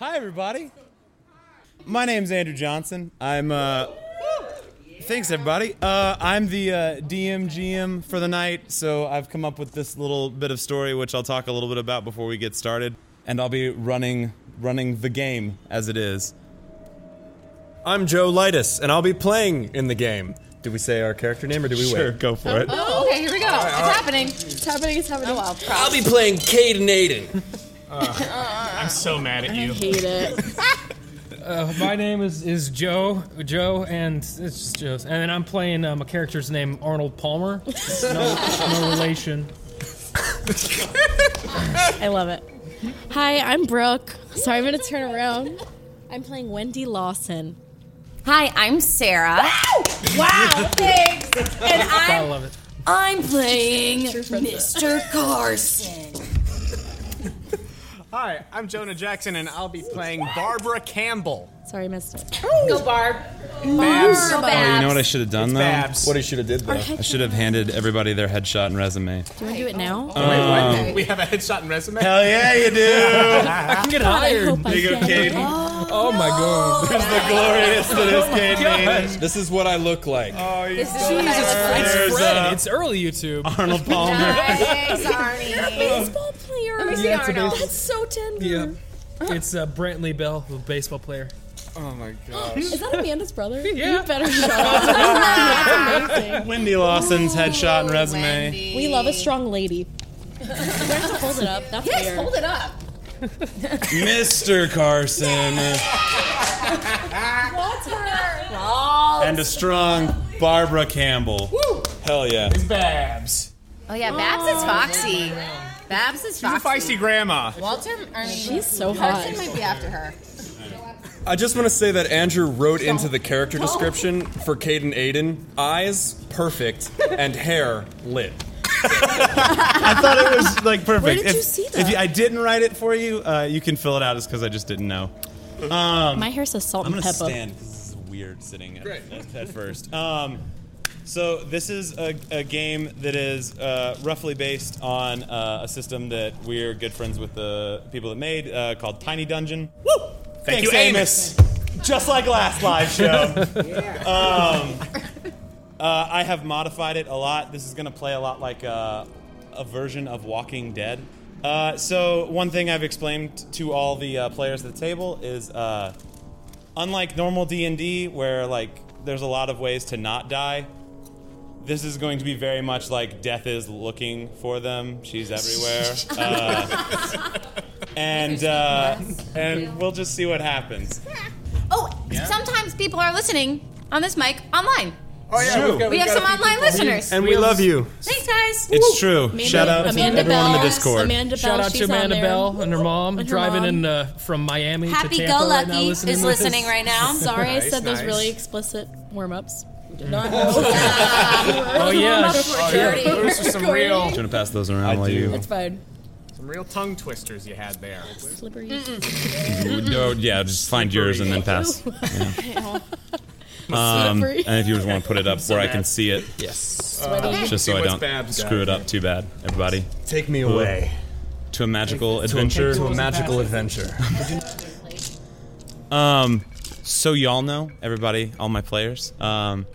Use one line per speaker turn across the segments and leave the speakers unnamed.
Hi, everybody. My name's Andrew Johnson. I'm. Uh, thanks, everybody. Uh, I'm the uh, DM GM for the night, so I've come up with this little bit of story, which I'll talk a little bit about before we get started, and I'll be running running the game as it is.
I'm Joe Lightus, and I'll be playing in the game. Do we say our character name or do we
Sure,
wait?
go for it.
Oh, okay, here we go. it's happening. It's happening. It's happening. Oh, wow.
I'll be playing Caden Aiden.
Uh, I'm so mad at you.
hate it.
My name is, is Joe, Joe, and it's just Joe's. And then I'm playing um, a character's name, Arnold Palmer. No, no relation.
I love it. Hi, I'm Brooke. Sorry, I'm going to turn around. I'm playing Wendy Lawson.
Hi, I'm Sarah. Wow, thanks. And
I
I'm
love it.
I'm playing Mr. Carson.
Hi, I'm Jonah Jackson, and I'll be playing Barbara Campbell.
Sorry, I missed it.
Go Barb.
Babs.
Go Babs. Babs.
Oh, you know what I should have done though?
Babs.
What he should have did though.
I should have handed everybody their headshot and resume.
Do you want to do it now?
Um, we have a headshot and resume.
Hell yeah, you do!
I can get
I
hired.
hope I
you go,
get it.
Caden.
Oh my god.
There's the glorious that is Caden.
This is what I look like.
Oh.
This is what I
There's,
It's Fred.
uh,
it's early, you two.
Arnold Palmer.
was like. Nice, Arnie.
Baseball player.
Let me see
Yeah, it's a
Arnold.
That's so tender.
Yeah. It's uh, Brantley Bell, the baseball player.
Oh my gosh.
Is that Amanda's brother?
Yeah.
You better shut up. That's amazing.
Wendy Lawson's headshot and resume.
We love a strong lady. Do I have to hold it up? That's
Yes,
weird.
hold it up.
Mr. Carson
Oh,
and a strong Barbara Campbell. Hell yeah.
Babs.
oh yeah, Babs is foxy. Babs is
She's a
foxy.
feisty grandma.
Walter, I mean,
She's so
Carson
hot.
might be after her.
I just want to say that Andrew wrote into the character description for Caden Aiden eyes perfect and hair lit.
I thought it was like perfect.
Where did
if,
you see
if
that?
I didn't write it for you, uh, you can fill it out. It's because I just didn't know. Um,
My hair says salt
I'm
and
gonna
pepper.
stand because this is weird sitting at, at, at first. Um, so this is a, a game that is uh, roughly based on uh, a system that we're good friends with the people that made uh, called Tiny Dungeon. Woo! Thank
you, Amos.
Just like last live show. um, uh, I have modified it a lot. This is going to play a lot like uh, a version of Walking Dead. Uh, so one thing I've explained to all the uh, players at the table is. Uh, unlike normal d&d where like there's a lot of ways to not die this is going to be very much like death is looking for them she's everywhere uh, and uh, and we'll just see what happens
Oh, sometimes people are listening on this mic online.
Oh yeah,
True. we've got-
We have some online listeners.
and we love you.
Thanks, guys.
it's true
Amanda-
shout out to
Amanda
everyone
Bell.
in the discord
Amanda Bell,
Shout out
she's
to Amanda
on there.
Bell and her mom,
And her
driving
mom.
in uh, from Miami
Happy Go
to Tampa right
Lucky
now, listening
is
to this.
listening right now.
Sorry, I
Nice,
said those
nice.
really explicit warm-ups.
Oh yeah,
Those are some real,
going to pass those around while
It's fine.
some real tongue twisters you had there.
Slippery.
you no, yeah just find yours and then pass um,
Slippery.
and if you just want to put it up where i can see it
Yes.
just
See
so i
what's
don't
Babs got.
screw it up too bad everybody
Take me away
to a magical
to a,
adventure
to a magical adventure.
Um, so y'all know, everybody, all my players, um,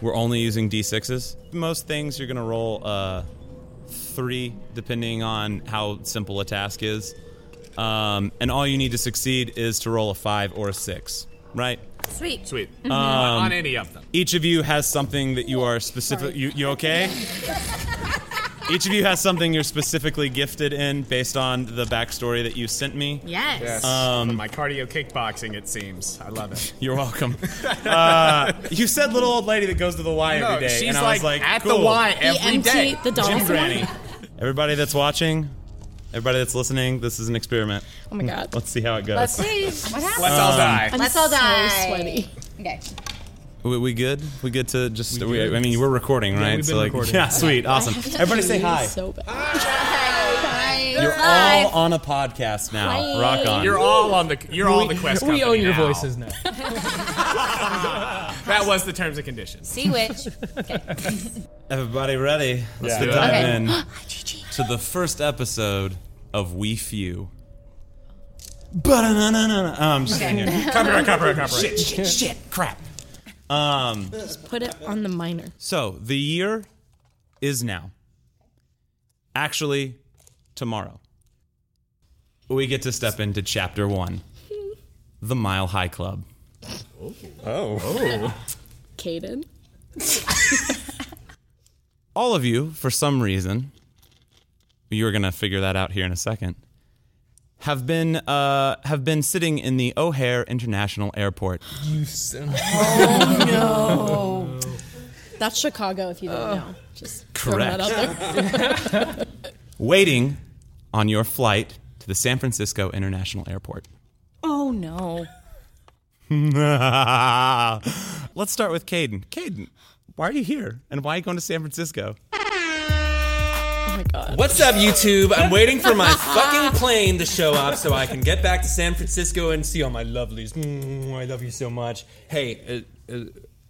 we're only using d6s. Most things you're gonna roll uh, three, depending on how simple a task is, um, and all you need to succeed is to roll a five or a six, right?
Sweet.
Sweet.
Um,
on on any of them.
Each of you has something that you are specific. You, you okay? Each of you has something you're specifically gifted in based on the backstory that you sent me.
Yes.
Um, my cardio kickboxing, it seems. I love it.
You're welcome. Uh, you said little old lady that goes to the Y
No,
every day,
she's
and I
like,
was like,
at
cool.
the Y
The
every
empty,
day.
the
Jim
Donald
Granny. Everybody that's watching, everybody that's listening, this is an experiment.
Oh my god.
Let's see how it goes.
Let's see what happens.
Let's
Um,
all die.
I'm
Let's all
so
die.
sweaty.
Okay.
we, we good? We good to just? We
good.
I mean, we're recording, right?
we've
So,
been
like-
recording.
Yeah, sweet, awesome. Everybody say hi.
So bad.
You're all on a podcast now.
Hi.
Rock on.
You're all on the. You're all the quest.
we own
company
your
now.
voices now.
That was the terms and conditions.
See which.
Everybody ready? Let's
Yeah.
dive
Okay.
in to the first episode of We Few. Ba-da-na-na-na-na. Oh, I'm just
Okay.
sitting here.
Copyright, copyright, copyright.
Shit, shit, shit, crap. Um,
Just put it on the minor.
so the year is now. Actually, tomorrow. We get to step into chapter one the Mile High Club.
Oh.
Caden.
all of you, for some reason, you're gonna figure that out here in a second, have been uh, have been sitting in the O'Hare International Airport.
You son of-
That's Chicago if you don't know. Just throwing that out there.
waiting on your flight to the San Francisco International Airport.
Oh no.
Let's start with Caden. Caden, why are you here, and why are you going to San Francisco?
Oh my god.
What's up, YouTube? I'm waiting for my fucking plane to show up so I can get back to San Francisco and see all my lovelies. Mm, I love you so much. Hey, uh, uh,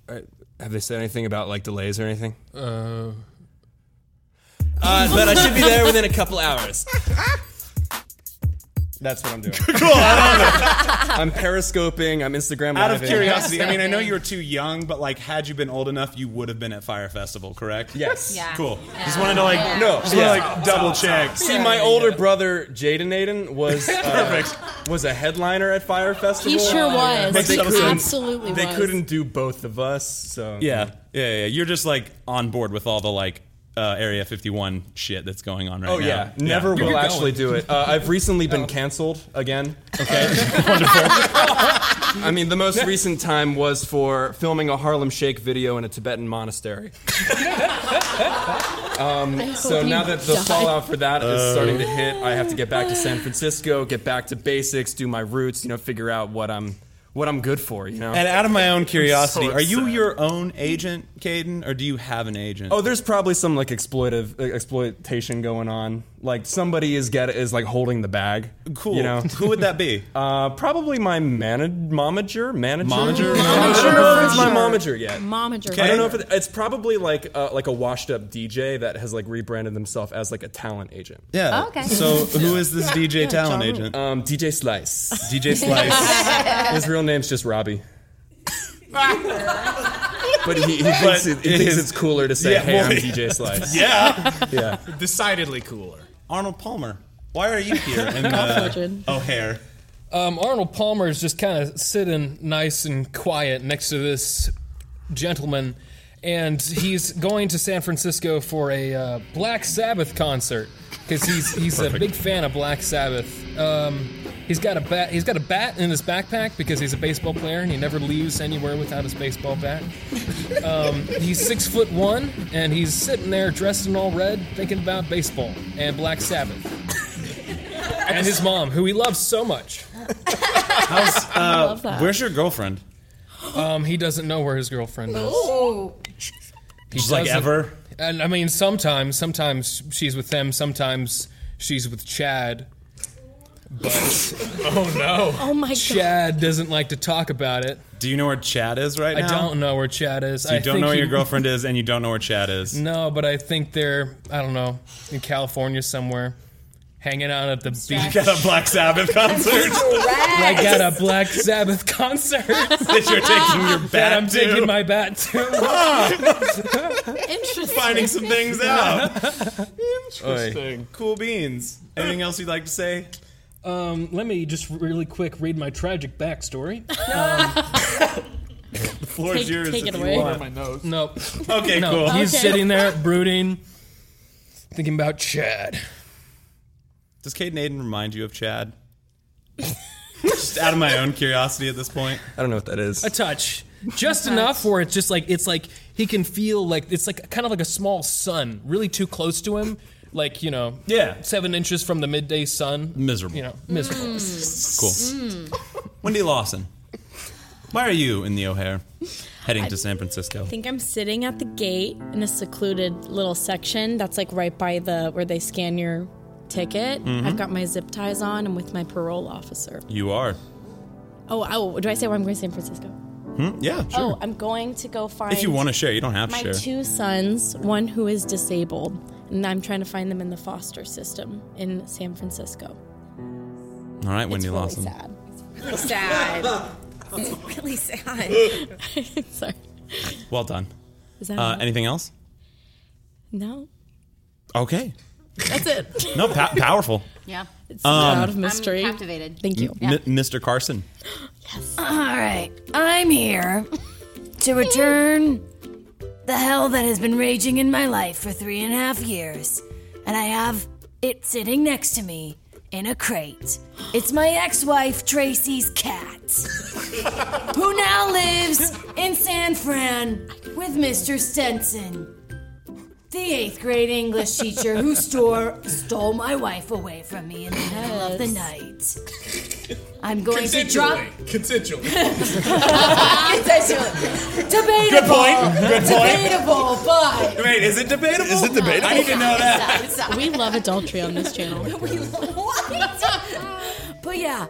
uh, have they said anything about like delays or anything?
Uh,
Uh, but I should be there within a couple hours. That's what I'm doing. cool. I'm periscoping. I'm Instagram.
Out of
living.
curiosity, I mean, I know you were too young, but like, had you been old enough, you would have been at Fire Festival, correct?
Yes.
Yeah.
Cool. Just wanted to like,
No.
just
yeah.
wanted to like double check.
See, my older brother Jaden Aiden was uh, was a headliner at Fire Festival.
He sure was.
Makes
He
total sense.
absolutely
They
was.
couldn't do both of us, so
Yeah, yeah, yeah. You're just like on board with all the like uh, Area 51 shit that's going on right
Oh
now.
yeah, never will actually do it. Uh, I've recently been canceled again. Okay, wonderful. I mean, the most recent time was for filming a Harlem Shake video in a Tibetan monastery. So now that the fallout for that is starting to hit, I have to get back to San Francisco, get back to basics, do my roots, you know, figure out what I'm what I'm good for, you know.
And out of my own curiosity,
so
are you
upset.
your own agent, Caden, or do you have an agent?
Oh, there's probably some like exploitive uh, exploitation going on. Like somebody is get is like holding the bag.
cool.
You know,
Who would that be?
Uh, probably my manag- momager, manager,
Momager?
I don't know if it's my momager yet.
Momager.
I don't know if it, it's probably like uh, like a washed up DJ that has like rebranded himself as like a talent agent.
yeah.
Oh, okay.
So who is this DJ talent
John. Uh.
agent?
Um, DJ Slice.
DJ Slice.
His real name's just Robbie. but he, he thinks, it, he
it
thinks
is-
it's cooler to say,
Yeah,
"Hey,
well,
I'm
yeah.
DJ Slice."
yeah.
yeah.
Decidedly cooler.
Arnold Palmer. Why are you here uh, oh, in the
Legend.
O'Hare?
um, Arnold Palmer is just kind of sitting nice and quiet next to this gentleman, and he's going to San Francisco for a uh, Black Sabbath concert because he's he's a big fan of Black Sabbath. Um, he's got a bat. He's got a bat in his backpack because he's a baseball player and he never leaves anywhere without his baseball bat. Um, He's six foot one, and he's sitting there dressed in all red, thinking about baseball and Black Sabbath. and his mom, who he loves so much.
How's, uh,
love that.
where's your girlfriend?
Um, he doesn't know where his girlfriend is.
Ooh.
He
She's like
doesn't-
ever.
And I mean, sometimes, sometimes she's with them, sometimes she's with Chad.
Oh my god.
Chad doesn't like to talk about it.
Do you know where Chad is right now?
I don't know where Chad is.
You
I
don't
think
know where
he-
your girlfriend is, and you don't know where Chad is.
No, but I think they're I don't know in California somewhere, hanging out at the beach.
Got a Black Sabbath concert
I got a Black Sabbath concert.
that you're taking your
Dad,
bat
I'm
to.
taking my bat too.
Interesting.
finding some things out. Interesting. Cool beans. Anything else you'd like to say?
um, let me just really quick read my tragic backstory.
The floor
Take-
is yours.
take
if
it
you
away.
want.
No,
Oh, Okay,
no,
cool.
he's
Okay.
sitting there brooding, thinking about Chad.
Does Caden Aiden remind you of Chad? Just out of my own curiosity at this point.
I don't know what that is.
A touch, just enough where it's just like it's like he can feel like it's like kind of like a small sun, really too close to him. Like you know,
Yeah.
seven inches from the midday sun.
Miserable.
You know, miserable.
Cool.
Mm.
Wendy Lawson, why are you in the O'Hare heading to San Francisco?
I think I'm sitting at the gate in a secluded little section that's like right by the where they scan your ticket.
Mm-hmm.
I've got my zip ties on. I'm with my parole officer.
You are.
Oh, oh, do I say where I'm going to San Francisco?
Yeah, sure.
Oh, I'm going to go find
if you want to share, you don't have to
my
share.
two sons, one who is disabled, and I'm trying to find them in the foster system in San Francisco.
All right, Wendy
it's really
Lawson.
sad.
Really sad. It's really sad.
Sorry.
Well done.
Is that
Uh, Um,
all?
anything else?
no?
Okay.
That's it.
No, pa- powerful.
Yeah.
It's out of mystery.
I'm captivated.
Thank you.
M- Mr. Carson.
All right, I'm here to return the hell that has been raging in my life for three and a half years, and I have it sitting next to me in a crate. It's my ex-wife Tracy's cat, who now lives in San Fran with Mr. Stenson. The eighth grade English teacher who store, stole my wife away from me in the middle of the night. I'm going to drop
Consensually.
Debatable.
point. Good point.
Oh. Debatable, but
Wait, is it debatable? Is it debatable? I need to know that.
It's sad.
We love adultery on this channel.
but yeah,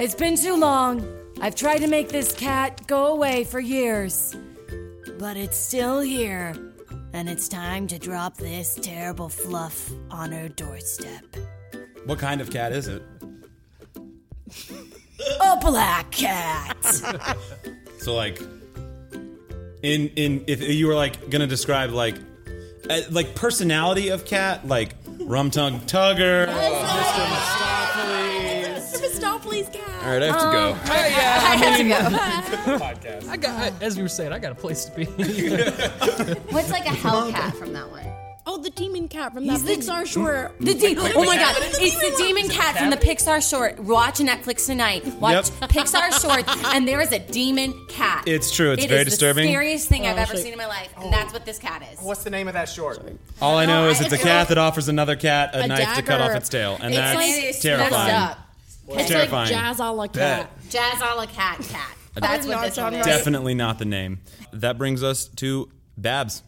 it's been too long. I've tried to make this cat go away for years, but it's still here, and it's time to drop this terrible fluff on her doorstep.
What kind of cat is it?
A Oh, black cat.
So like, in in if you were like gonna describe like, uh, like personality of cat like rum tongue tugger.
All right, I have to go.
I got, as you were saying, I got a place to be.
What's like a hellcat from that one?
Oh, the demon cat from
He's
that
the-
Pixar short.
The de- oh my god, it's the demon cat from the Pixar short. Watch Netflix tonight. Watch
Yep.
Pixar short, and there is a demon cat.
It's true, it's
It
very
is
disturbing.
The scariest thing I've
Oh,
ever
shit.
seen in my life, and that's what this cat is.
What's the name of that short?
All I know
No,
is
I-
it's a
it's
cat
like-
that offers another cat a,
A
knife to cut off
dagger.
its tail, and
It's
that's
like- it's
terrifying.
Messed up.
It's
It's like
terrifying.
jazz a la cat.
Jazz a la cat cat. That's what this one is.
Definitely not the name. That brings us to Babs.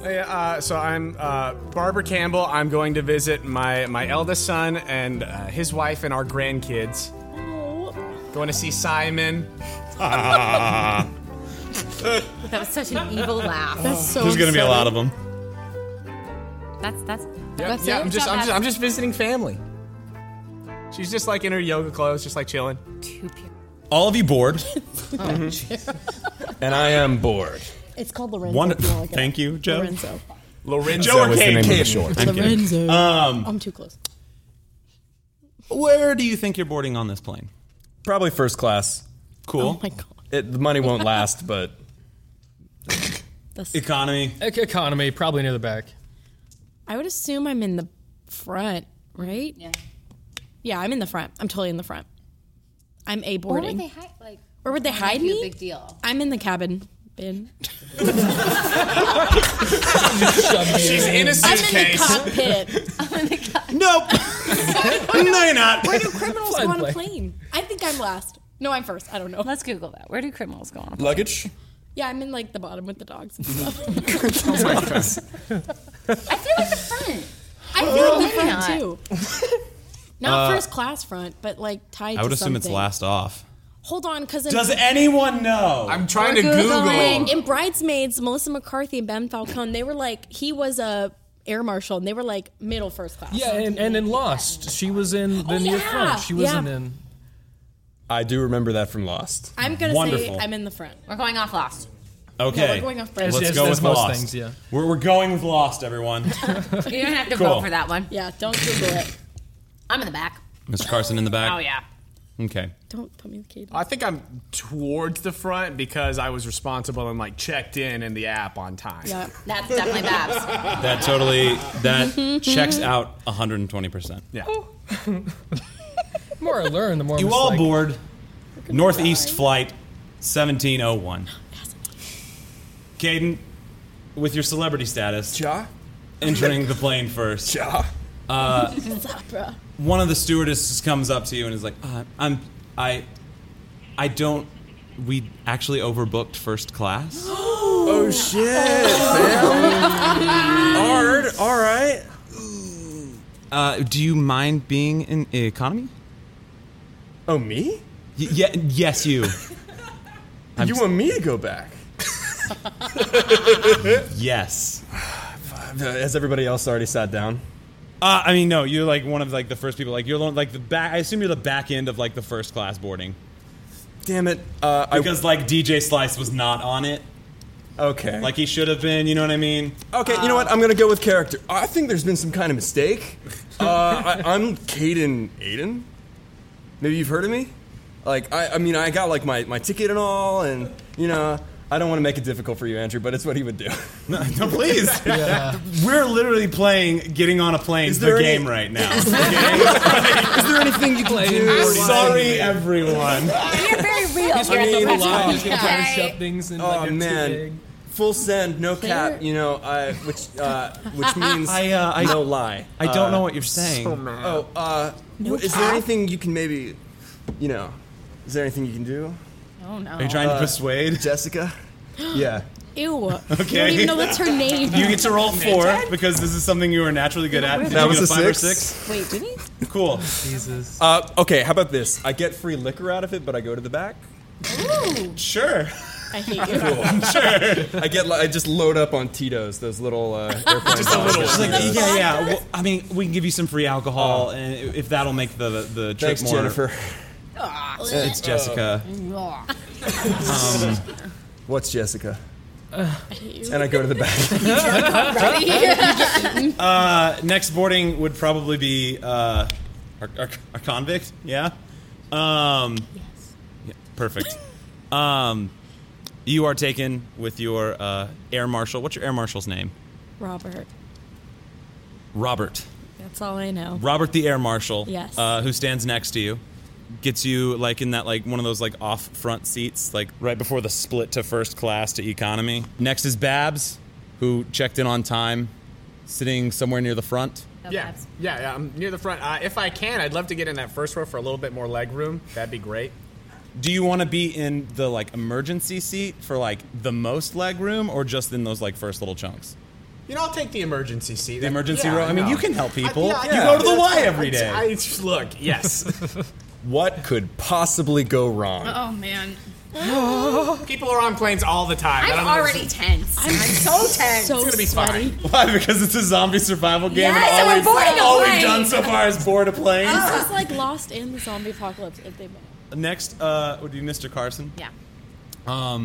Yeah, uh, so I'm uh, Barbara Campbell. I'm going to visit my my eldest son and uh, his wife and our grandkids. Going to see Simon.
That was such an evil laugh.
That's so
There's gonna be a lot of them.
That's that's.
Yep, yeah, I'm just I'm just I'm just visiting family. She's just like in her yoga clothes, just like chilling.
All of you bored.
And I am bored.
It's called Lorenzo.
One.
if you wanna look it
Thank
up.
you, Joe.
Lorenzo.
Lorenzo
Joe or
was the
Kane?
name of
Kane.
the short.
I'm kidding.
Lorenzo. Um, I'm too close.
Where do you think you're boarding on this plane?
Probably first class.
Cool.
Oh my god.
It, the money won't last, but
That's,
Economy.
Uh,
Ec- Economy, probably near the back.
I would assume I'm in the front, right?
Yeah.
Yeah, I'm in the front. I'm totally in the front. I'm a
Where would
boarding.
they hide? Like,
Where would they
why
hide
be A
me?
big deal.
I'm in the cabin bin.
She's innocent.
I'm in the cockpit.
Nope. no, you're not.
Where do criminals go on
Flying
a plane? I think I'm last. No, I'm first. I don't know.
Let's Google that. Where do criminals go on?
luggage.
Yeah, I'm in like the bottom with the dogs and stuff.
I feel like the front.
I feel like the front
not?
too. Not first class front, but like tied to
Uh, I would assume it's
something.
last off.
Hold on, because in,
Does anyone know?
I'm trying to
Googling.
Google.
in Bridesmaids, Melissa McCarthy and Ben Falcone, they were like, he was a air marshal and they were like middle first class.
Yeah, and, and in Lost, she was in the
Oh,
near
yeah.
front. She wasn't
Yeah.
in.
I do remember that from Lost.
I'm going to say
Wonderful.
I'm in the front.
We're going off lost.
okay.
we're going off brand.
Let's
As-
go
as
with
most
Lost.
things, yeah.
We're, we're going with Lost, everyone.
You don't have to
Cool.
vote for that one.
Yeah, don't Google it.
I'm in the back.
Mr. Carson in the back.
Oh yeah.
Okay.
Don't put me in the cage.
I think I'm towards the front because I was responsible and like checked in in the app on time.
Yeah.
That's definitely Babs.
That totally that checks out 120. percent
Yeah.
The more I learn, the more I'm
You
just
all
like,
board Northeast Flight 1701. Caden, with your celebrity status,
Ja?
entering the plane first. Uh,
Ja.
one of the stewardesses comes up to you and is like, uh, "I'm, I, I don't. We actually overbooked first class."
Oh shit, man. Hard. All right.
Uh, do you mind being in economy?
Oh me?
Y- yeah, yes, you.
you want me to go back?
Yes.
Has everybody else already sat down?
Uh, I mean, no, you're like one of like the first people. Like you're lo- like the back. I assume you're the back end of like the first class boarding
Damn it. Uh, I,
because like DJ Slice was not on it.
okay.
Like he should have been. You know what I mean?
Okay, you know what? I'm gonna go with character. I think there's been some kind of mistake. Uh, I, I'm Caden Aiden. Maybe you've heard of me. Like, I, I mean, I got like my, my ticket and all, and you know, I don't want to make it difficult for you, Andrew, but it's what he would do.
No, no please. We're literally playing getting on a plane
Is
the
there any-
game right now.
Is there anything you can do?
Sorry, everyone.
You're very real.
He's gonna
I mean,
be
that's
alive.
fine.
He's gonna try to
Okay.
shove things in.
Oh
like, a
man,
tube.
full send, no cap. You know, I, which uh, which means
I, uh, I-
no lie.
I don't
Uh,
know what you're saying.
Oh, uh, wh- is there anything you can maybe, you know, is there anything you can do,
Oh no.
Are you trying to persuade?
Jessica? yeah.
Ew. You
Okay.
don't even know what's her name.
You get to roll four because this is something you were naturally good at. Did
That
you
was
get
a
five or
six?
six?
Wait, did he?
Cool.
Jesus.
Uh, okay, how about this? I get free liquor out of it, but I go to the back.
Sure.
I hate you.
I get, li- I just load up on Tito's, those little uh, airplane. just a little.
She's like, yeah, yeah. Well, I mean, we can give you some free alcohol, and if that'll make the the trip
Thanks,
more.
Jennifer.
It's Jessica.
What's Jessica? Uh, and I go to the back.
Uh, next boarding would probably be uh, our, our, our convict. Yeah. Um, yeah, perfect. Um, you are taken with your uh, air marshal. What's your air marshal's name?
Robert.
Robert.
That's all I know.
Robert the air marshal.
Yes.
Uh, who stands next to you. Gets you like in that like one of those like off front seats like right before the split to first class to economy. Next is Babs, who checked in on time, sitting somewhere near the front.
Yeah, yeah, yeah. I'm near the front. Uh, if I can, I'd love to get in that first row for a little bit more leg room. That'd be great.
Do you want to be in the like emergency seat for like the most leg room or just in those like first little chunks?
You know, I'll take the emergency seat.
The emergency row. I mean, you can help people.
yeah,
you
yeah.
go to the
That's
Y
fine.
every day.
I, I- look, yes.
What could possibly go wrong?
Oh man,
people are on planes all the time. I
I'm
don't know if-
already tense. I'm so tense.
So
gonna be
sweaty.
Why? Because it's a zombie survival game.
Yes, and we're
and all,
boarding
we've,
a
all
plane.
we've done so far is board a plane.
This is like Lost in the Zombie Apocalypse. If they
Next uh, would be Mr. Carson.
Yeah.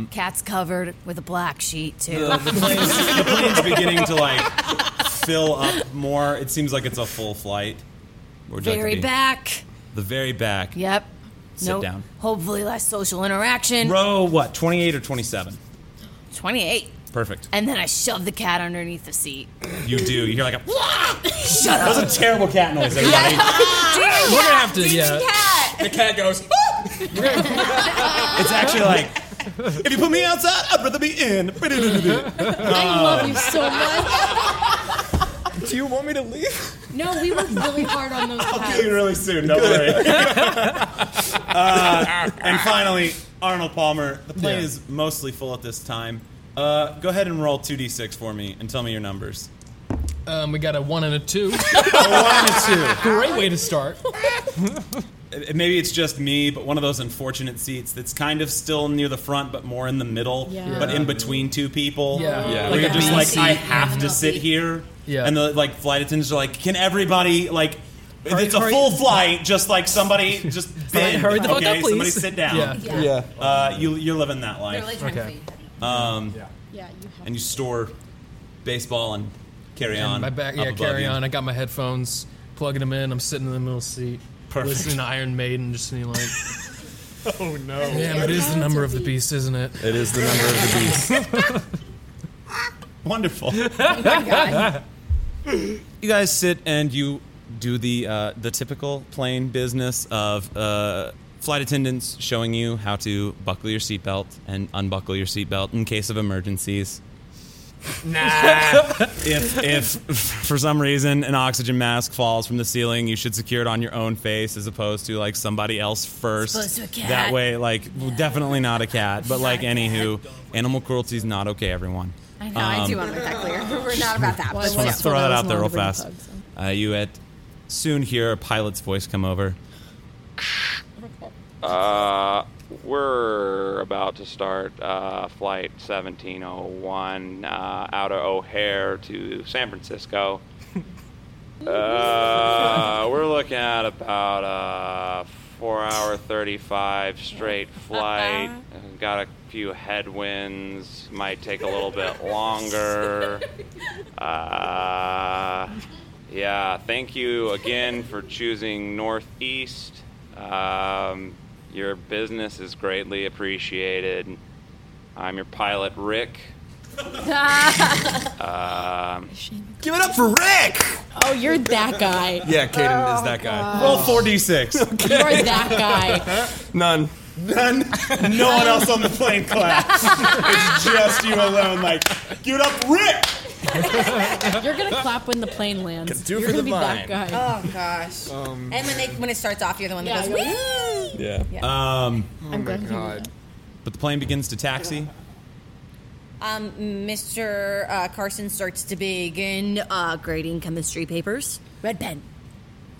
Cat's covered with a black sheet too.
The plane's, the plane's beginning to like fill up more. It seems like it's a full flight. Where'd you like to
Very
be?
back.
The very back.
Yep.
Sit down.
Hopefully less social interaction.
Row what? Twenty-eight or twenty-seven?
28.
Perfect.
And then I shove the cat underneath the seat.
You do. You hear like a.
Shut up.
That's a terrible cat noise, everybody.
We're gonna have to. Yeah.
Cat.
The cat goes.
it's actually like, if you put me outside, I'd rather be in.
I love you so much.
Do you want me to leave?
No, we worked really hard on those pads.
really soon. Don't worry. uh, and finally, Arnold Palmer. The plane
Yeah.
is mostly full at this time. Uh, go ahead and roll two d6 for me and tell me your numbers.
Um, we got a one and a two.
One and two.
Great way to start.
Uh, Maybe it's just me, but one of those unfortunate seats that's kind of still near the front, but more in the middle,
Yeah.
but in between two people.
Yeah. Yeah.
Where
Like
you're
a
just
bee
like,
seat.
I have to sit here.
Yeah.
And the like flight attendants are like, can everybody like?
Hurry-
it's a
hurry-
full flight. Just like somebody, just bend.
hurry the fuck
okay,
up, please.
somebody sit down.
Yeah.
Yeah.
Yeah.
Uh, you, you're living that
They're
life,
really trying
Okay.
to feed.
Yeah, you have.
and you store baseball and carry on.
My back.
up
Yeah.
above
Carry
you.
on. I got my headphones. Plugging them in. I'm sitting in the middle seat.
Perfect.
Listening to Iron Maiden, just being like. oh no. Damn, it is the number of the beast, isn't it?
It is the number of the beast.
Wonderful. you guys sit and you do the uh, the typical plane business of uh, flight attendants showing you how to buckle your seatbelt and unbuckle your seatbelt in case of emergencies.
Nah.
If if for some reason an oxygen mask falls from the ceiling, you should secure it on your own face as opposed to like somebody else first.
As opposed to a cat.
That way, like well, definitely not a cat, but like anywho, animal cruelty is not okay. Everyone.
I know. I
Um,
do want to make that clear. We're not about that. but
Well, I
Just
was
want
yeah.
to throw
when I
that
was
out there real
allowed to
fast.
bring pugs,
Uh, you at soon hear a pilot's voice come over.
Uh, we're about to start uh, flight 1701 uh, out of O'Hare to San Francisco. Uh, we're looking at about a four hour, 35 straight flight. Got a few headwinds, might take a little bit longer. Uh, yeah, thank you again for choosing Northeast. Um, your business is greatly appreciated. I'm your pilot, Rick. Um,
Give it up for Rick!
Oh, you're that guy.
Yeah, Caden is that guy.
Oh,
Roll 4d6.
You're that guy.
None.
None. No one else on the plane claps. it's just you alone. Like, give it up, Rick.
You're gonna clap when the plane lands.
Do it
you're
for
gonna
the
be that
vine.
guy.
Oh gosh. and when they when it starts off, you're the one that
Yeah,
goes.
you're like,
"Woo!"
Yeah. Oh
Um,
I'm glad you know that.
but the plane begins to taxi.
Um, Mr. Uh, Carson starts to begin uh, grading chemistry papers. Red pen.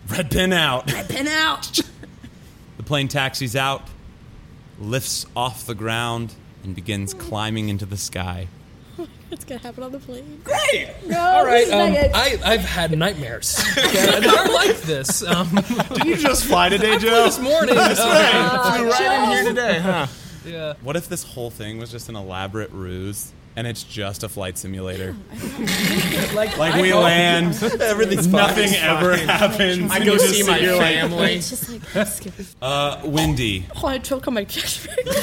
Red pin out.
Pen out.
The plane taxis out, lifts off the ground, and begins climbing into the sky.
It's gonna happen on the plane.
All right, um, I, I've had nightmares. Okay, they are like this. Um,
Did you just fly today, Joe?
this morning, um,
Flew right in here today, huh?
yeah.
What if this whole thing was just an elaborate ruse and it's just a flight simulator? like, we land, everything's nothing ever happens.
I
and
go
you just
see my
you're like,
family.
It's just like let's give it-
uh, windy.
Oh, I choke on my catchphrase.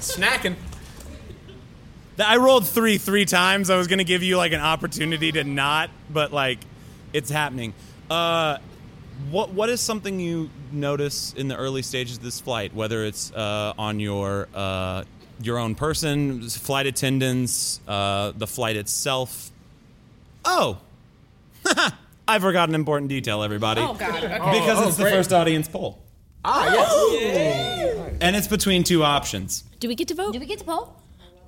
Snacking.
Th- I rolled three three times. I was gonna give you like an opportunity to not, but like, it's happening. Uh, what what is something you notice in the early stages of this flight? Whether it's uh, on your uh, your own person, flight attendants, uh, the flight itself. Oh, I forgot an important detail, everybody.
Oh god. Okay.
Because it's the first audience poll,
Ah, yes.
Oh!
and it's between two options.
Do we get to vote?
Do we get to poll?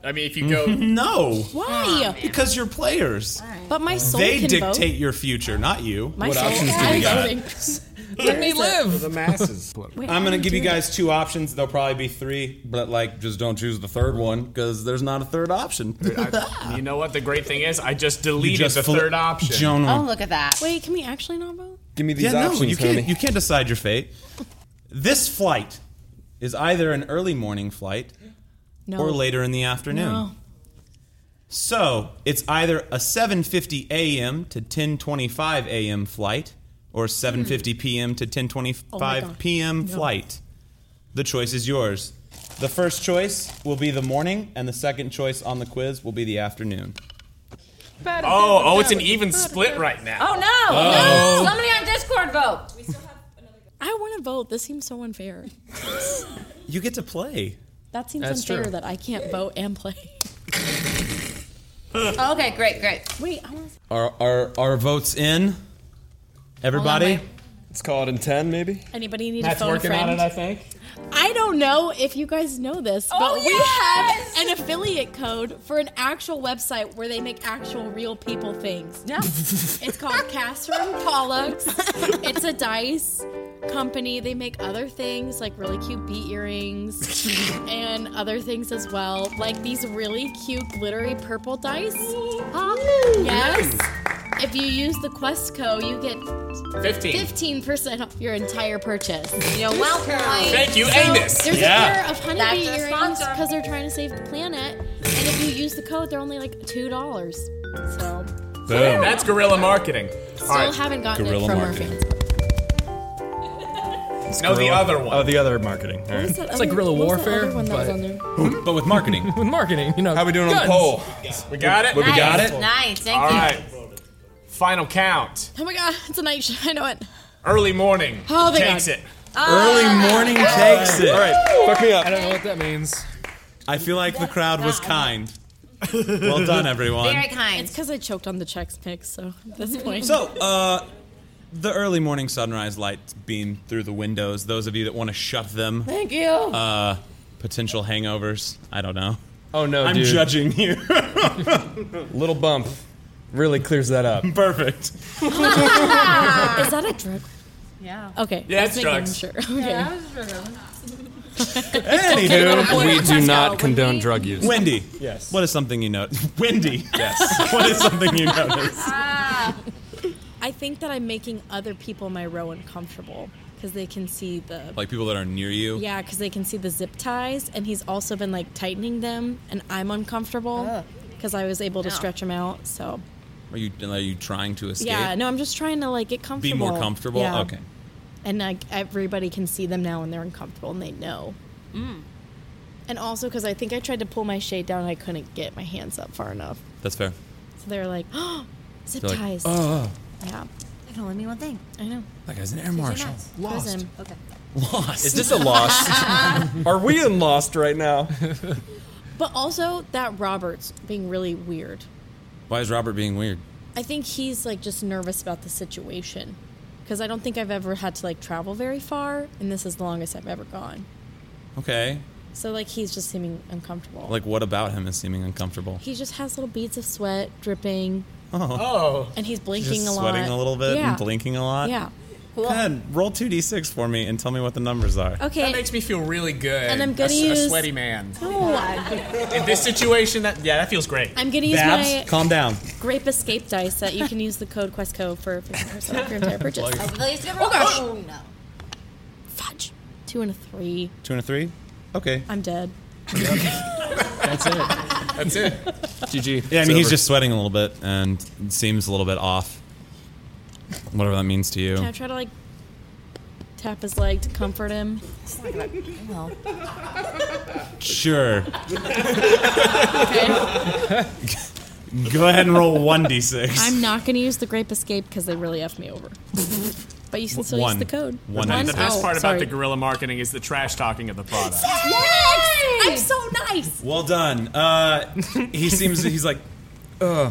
I mean, if you go,
No,
Why?
because you're players.
but my soul
They
can
dictate
vote.
your future, not you.
My
What
soul
options do
can
we got?
vote.
Let me live.
the masses.
Wait,
I'm
how
gonna
do
give
we
you
do
guys two options. There'll probably be three, but like, just don't choose the third one because there's not a third option.
you know what the great thing is? I just deleted
You
the
fl-
third option.
Joan,
Oh, look at that.
that? Wait, can we actually not vote?
Give me these
yeah,
options,
no, you
homie.
can't. You can't decide your fate. This flight is either an early morning flight
No.
or later in the afternoon.
No.
So it's either a 7:50 a.m. to 10:25 a.m. flight or 7:50 p.m. to 10:25
Hmm. my God.
p.m.
No.
flight. The choice is yours. The first choice will be the morning, and the second choice on the quiz will be the afternoon.
Oh, oh, it's an even split right now.
Oh no! No! Somebody on Discord vote.
I want to vote. This seems so unfair.
You get to play.
That seems
That's
unfair
true.
that I can't vote and play.
okay, great, great.
Wait, I want to.
Are are are votes in? Everybody.
wait.
Let's call it in 10, maybe?
Anybody need
That's
a phone
working
friend?
on it, I think.
I don't know if you guys know this, but
Oh, yes!
we have an affiliate code for an actual website where they make actual real people things. Yeah. it's called Catherine Pollux. It's a dice company. They make other things like really cute bee earrings and other things as well, like these really cute glittery purple dice. yes. If you use the Quest Co, you get
15.
15% off your entire purchase.
You know, well played.
Thank you,
So,
Amos.
There's
Yeah.
a pair of honeybee
That's our
earrings
sponsor.
because they're trying to save the planet. And if you use the code, they're only like two dollars. So
That's guerrilla marketing. All
still
right.
haven't gotten it
Guerrilla
from
marketing.
our fans.
No, the other
Oh,
one.
the other marketing. All right.
It's
like guerrilla warfare,
That other one that was
but-
on there? Oh
But with marketing.
With marketing, you know.
How we doing on
guns.
the poll?
We got it?
We got it?
Nice, thank
All
you.
right. Final count.
Oh my god, it's a night show. I know it.
Early morning
Oh, thank
takes
God.
it.
Ah!
Early morning takes it.
All right, fuck me up.
I don't know what that means.
I feel like the crowd was kind. Well done, everyone.
Very kind.
It's because I choked on the Chex Mix. So at this point,
So, uh, the early morning sunrise lights beam through the windows. Those of you that want to shut them, uh,
thank you.
potential hangovers. I don't know.
Oh, no,
I'm
dude.
judging you.
Little bump. Really clears that up.
Perfect.
Is that a drug?
yeah.
Okay.
Yeah,
let's
it's
make them
drugs.
Sure. Okay.
Anywho,
we do not condone
Wendy.
drug use.
Wendy.
Yes.
What is something you know? Wendy. Yes. what is something you notice?
I think that I'm making other people in my row uncomfortable because they can see the
Like people that are near you.
yeah, because they can see the zip ties, and he's also been like tightening them, and I'm uncomfortable because I was able to
No.
stretch them out. So
Are you are you trying to escape?
yeah, no, I'm just trying to like get
Be
comfortable,
more comfortable.
Yeah.
Okay.
and like everybody can see them now, and they're uncomfortable, and they know.
Mm.
And also because I think I tried to pull my shade down, and I couldn't get my hands up far enough,
That's fair.
so they're like, oh, zip
They're like,
ties.
"Oh."
yeah.
I can only mean one thing.
I know.
That guy's an air marshal.
Lost.
Okay.
Lost.
Is this a lost? Are we in lost right now?
But also that Robert's being really weird.
Why is Robert being weird?
I think he's like just nervous about the situation because I don't think I've ever had to like travel very far, and this is the longest I've ever gone.
Okay.
So like he's just seeming uncomfortable.
Like what about him is seeming uncomfortable?
he just has little beads of sweat dripping.
Oh.
And he's blinking
Just
a lot.
sweating a little bit
Yeah.
and blinking a lot.
Yeah.
Go ahead, roll two d six for me and tell me what the numbers are.
Okay.
That makes me feel really good.
And I'm
a,
gonna
s-
use-
a sweaty man.
Oh.
In this situation, that yeah, that feels great.
I'm gonna use
Babs,
my
calm down.
grape escape dice that you can use the code QuestCo for 50% off your entire purchase.
Plug.
Oh, gosh.
no. Fudge. Two and a three.
Two and a three. Okay.
I'm dead.
That's it.
That's it.
GG. Yeah, I mean he's just sweating a little bit and seems a little bit off. Whatever that means to you.
Can I try to like tap his leg to comfort him?
Well.
Sure. Go ahead and roll one d six.
I'm not going to use the grape escape because they really effed me over. but you can still
One.
use the code.
And the best
Oh,
part about
sorry.
the guerrilla marketing is the trash talking of the product.
Yes! I'm so nice.
Well done. Uh, he seems he's like, uh,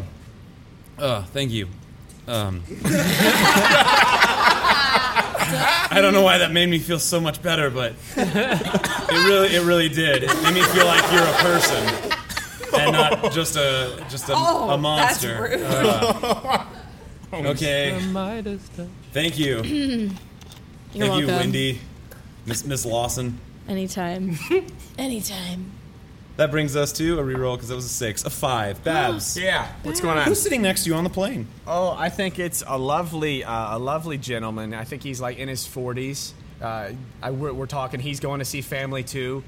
uh, thank you. Um, I don't know why that made me feel so much better, but it really it really did. It made me feel like you're a person and not just a just a,
Oh,
a
that's
monster.
rude.
Uh, okay. Thank you.
You're
thank
welcome.
you, Wendy. Miss Miss Lawson.
Anytime. Anytime.
That brings us to a reroll because that was a six, a five. Babs.
yeah. What's going on?
Who's sitting next to you on the plane?
Oh, I think it's a lovely, uh, a lovely gentleman. I think he's like in his forties. Uh, I we're, we're talking. He's going to see family too.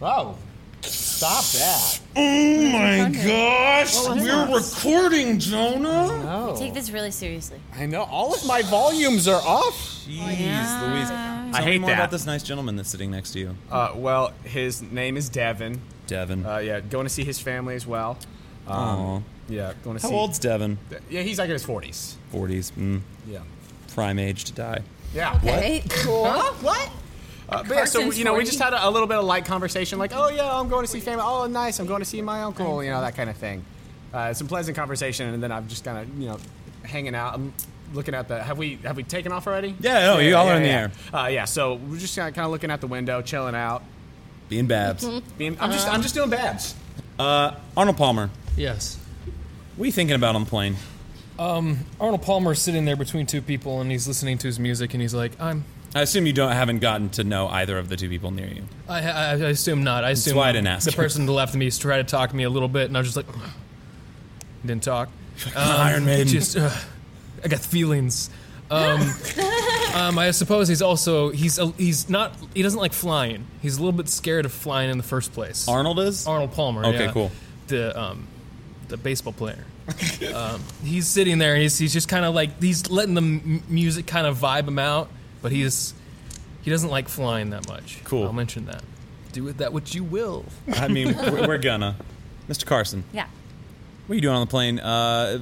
Wow. Stop that.
Oh
my gosh, What was we're
recording, Jonah.
No.
Oh.
Take this really seriously.
I know. All of my volumes are off.
Jeez, Louise.
I
Tell me
hate
more
that.
about this nice gentleman that's sitting next to you.
Uh, well, his name is Devin.
Devin.
Uh, yeah, going to see his family as well. Um,
Aw.
yeah, going
Um,
to
How
see.
old's Devin?
Yeah, he's like in his forties.
Forties. Mm.
Yeah.
Prime age to die.
Yeah.
What?
Cool. What? Uh, but yeah, so
Carson's
you know, we
40.
just had a, a little bit of light conversation, like, "Oh yeah, I'm going to see family. Oh nice, I'm going to see my uncle." You know that kind of thing. Uh, some pleasant conversation, and then I'm just kind of you know hanging out. I'm looking at the. Have we have we taken off already?
Yeah, no, you all are in the
yeah.
air.
Uh, yeah, so we're just kind of looking out the window, chilling out.
Being Babs.
Being, I'm just I'm just doing Babs.
Uh, Arnold Palmer.
Yes.
What are you thinking about on the plane?
Um, Arnold Palmer's sitting there between two people, and he's listening to his music, and he's like, "I'm."
I assume you don't haven't gotten to know either of the two people near you.
I, I, I assume not. I
That's
assume
why I didn't ask.
the person to the left of me tried to talk to me a little bit, and I was just like, didn't talk.
Iron Maiden.
Just, uh, I got feelings. Um, um, I suppose he's also he's a, he's not he doesn't like flying. He's a little bit scared of flying in the first place.
Arnold is
Arnold Palmer.
Okay,
yeah.
cool.
The um, the baseball player. um, he's sitting there and he's, he's just kind of like he's letting the m- music kind of vibe him out, but he's he doesn't like flying that much. Cool. I'll mention that. Do with that what you will.
I mean, we're, we're gonna. Mr. Carson,
Yeah.
what are you doing on the plane? Uh,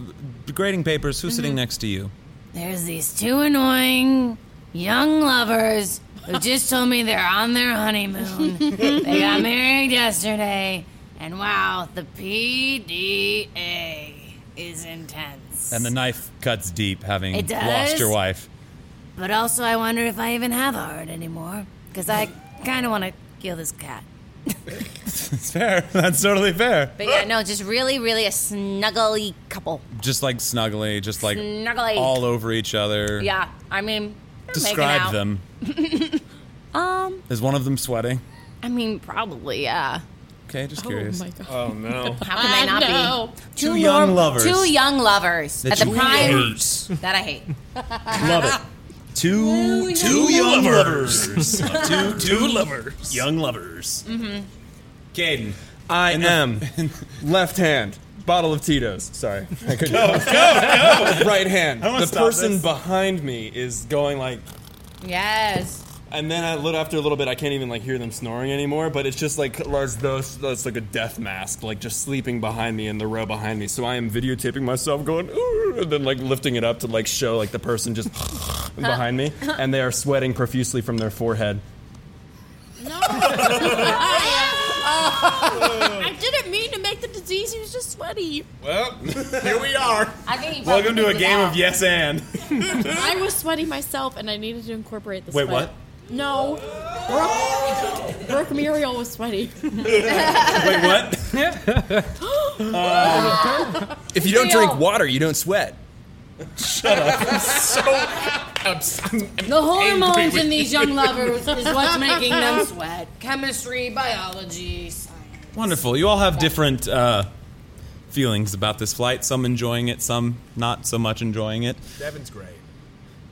grading papers. Who's sitting next to you?
There's these two
Uh,
annoying young lovers who just told me they're on their honeymoon. they got married yesterday, and wow, the PDA is intense.
And the knife cuts deep, having
It does.
lost your wife.
But also, I wonder if I even have a heart anymore, because I kind of want to kill this cat.
That's fair. That's totally fair.
But yeah, no, just really, really a snuggly couple.
Just like snuggly, just like
Snuggly.
all over each other.
Yeah, I mean, they're making
Describe
out.
them.
Um,
Is one of them sweating?
I mean, probably, yeah.
Okay, just curious.
my
god.
Uh,
Oh no.
How can they
I
not
know.
be?
Two young
nor-
lovers.
Two young lovers
That
at the
you
prime
hate.
that I hate.
Love it. Two
Two
young
lovers.
two, two lovers.
Young lovers.
Mm-hmm.
Caden.
I am left hand. Bottle of Tito's. Sorry, I couldn't.
Go, go, go.
Right hand.
I don't wanna
The
stop
person
this.
behind me is going like,
Yes.
and then I, little after a little bit, I can't even like hear them snoring anymore. But it's just like as though it's like a death mask, like just sleeping behind me in the row behind me. So I am videotaping myself going, "Ooh," and then like lifting it up to like show like the person just behind me, and they are sweating profusely from their forehead.
uh, I didn't mean to make the disease. He was just sweaty.
Well, here we are.
I think he
Welcome to a
probably
game
figured
of yes and.
I was sweaty myself, and I needed to incorporate the
Wait,
sweat.
what?
No. Brooke, Brooke Muriel was sweaty.
Wait, what? Um,
If you don't
They all-
drink water, you don't sweat. Shut up.
so
The hormones
with
in these young
you.
lovers is what's making them sweat. Chemistry, biology, science.
Wonderful. You all have different uh, feelings about this flight. Some enjoying it, some not so much enjoying it.
Devin's great.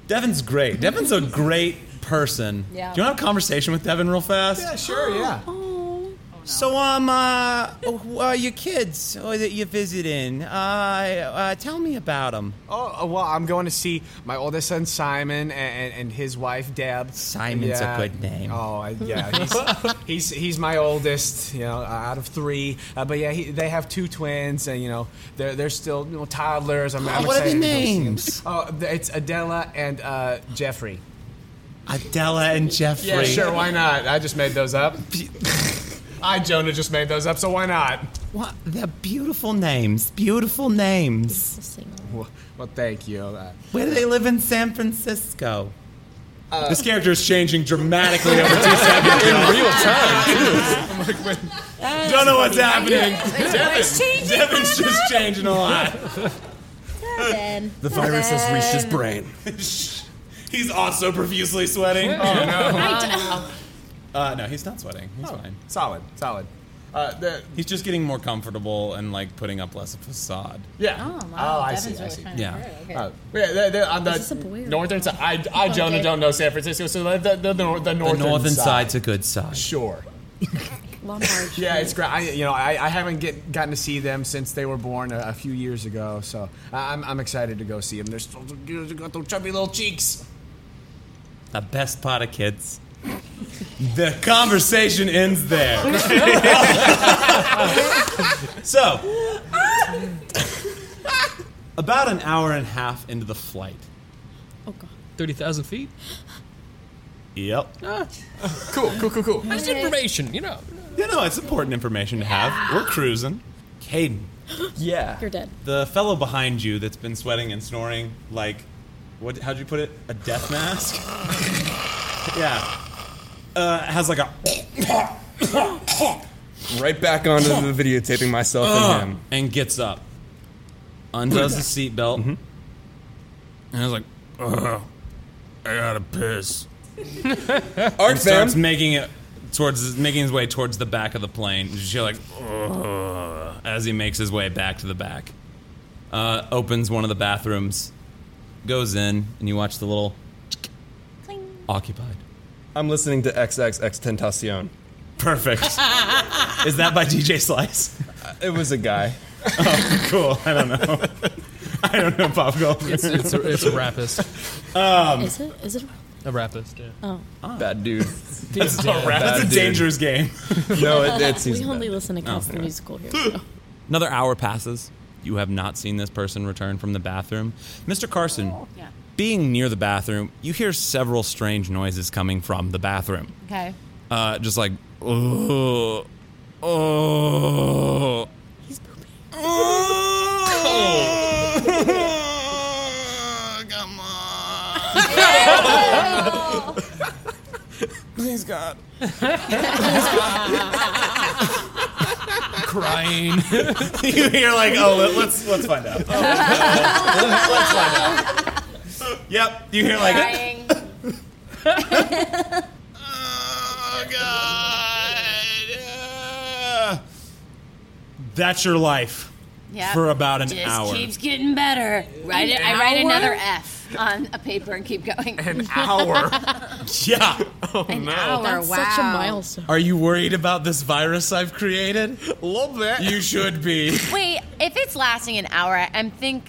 Devin's great. Devin's a great person.
Yeah.
Do you want to have a conversation with Devin real fast?
Yeah, sure, yeah.
So um uh, oh, uh your kids uh, that you're visiting uh, uh tell me about them.
Oh oh, well, I'm going to see my oldest son Simon and, and, and his wife Deb.
Simon's a good name.
Oh I, yeah, he's, he's he's my oldest, you know, uh, out of three. Uh, but yeah, he, they have two twins, and you know, they're they're still you know, toddlers. I'm, I'm
What are their
excited to go see them.
names?
Oh, th- it's Adela and uh, Jeffrey.
Adela and Jeffrey.
Yeah, sure, why not? I just made those up. I Jonah just made those up, so why not?
What? They're beautiful names. Beautiful names.
Well, well thank you. Uh,
Where do they live in San Francisco?
This
character is changing dramatically
over two seconds.
In real time, Don't know what's happening.
Devin's
Devin, Devin's just changing a lot. The virus has reached his brain. He's also profusely sweating. Uh, no, he's not sweating.
Oh.
He's fine.
Solid, solid. Uh, the,
He's just getting more comfortable and like putting up less of a facade.
yeah.
Oh,
Oh, I
Devin's
see. I
really
see.
trying
to Yeah. grow,
okay.
Oh, yeah, they're, they're on the
This is a boy or
northern side. I, I
Okay.
Jonah, don't know San Francisco, so the, the, the, nor- the northern, side.
a good side.
Sure.
Lombard.
Yeah, it's great. I, you know, I, I haven't get, gotten to see them since they were born a, a few years ago, so I- I'm, I'm excited to go see them. They're still they got those chubby little cheeks.
The best part of kids. the conversation ends there. so, about an hour and a half into the flight.
Oh,
Thirty thousand feet.
Yep.
cool, cool, cool, cool.
That's information, you know.
You know, it's important information to have. We're cruising. Caden. Yeah.
You're dead.
The fellow behind you that's been sweating and snoring like what how'd you put it? A death mask? yeah. Uh, has like a
Right back onto the videotaping myself
Ugh.
and him.
And gets up. Undoes the seatbelt. And I was like, Ugh, I gotta piss.
Art
and starts
fam.
making it towards making his way towards the back of the plane. And She's like, Ugh, as he makes his way back to the back, uh, opens one of the bathrooms, goes in, and you watch the little occupied.
I'm listening to XXX Tentacion.
Perfect. Is that by DJ Slice?
It was a guy.
oh, cool. I don't know. I don't know pop culture.
It's, it's, a, it's a rapist.
Um,
Is it? Is it?
A rapist, yeah.
Oh.
Bad dude.
That's
a rap- that's a dangerous game. No, it- it seems
We
bad.
only listen to Cats
Oh,
the
yeah.
Musical here. so.
Another hour passes. You have not seen this person return from the bathroom. Mr. Carson, being near the bathroom, you hear several strange noises coming from the bathroom.
Okay.
Uh, just like, oh, oh.
Please God.
Crying. you hear like, oh, let, let's let's find out. Oh, let's find out. Yep. You hear like, oh God. That's your life
Yep.
for about an
Just
hour.
keeps getting better. Write it.
An
I write
hour?
another F on a paper and keep going. An
hour? yeah. Oh no.
hour. Wow.
Such a milestone.
Are you worried about this virus I've created?
Love that.
You should be.
Wait, if it's lasting an hour, I'm think,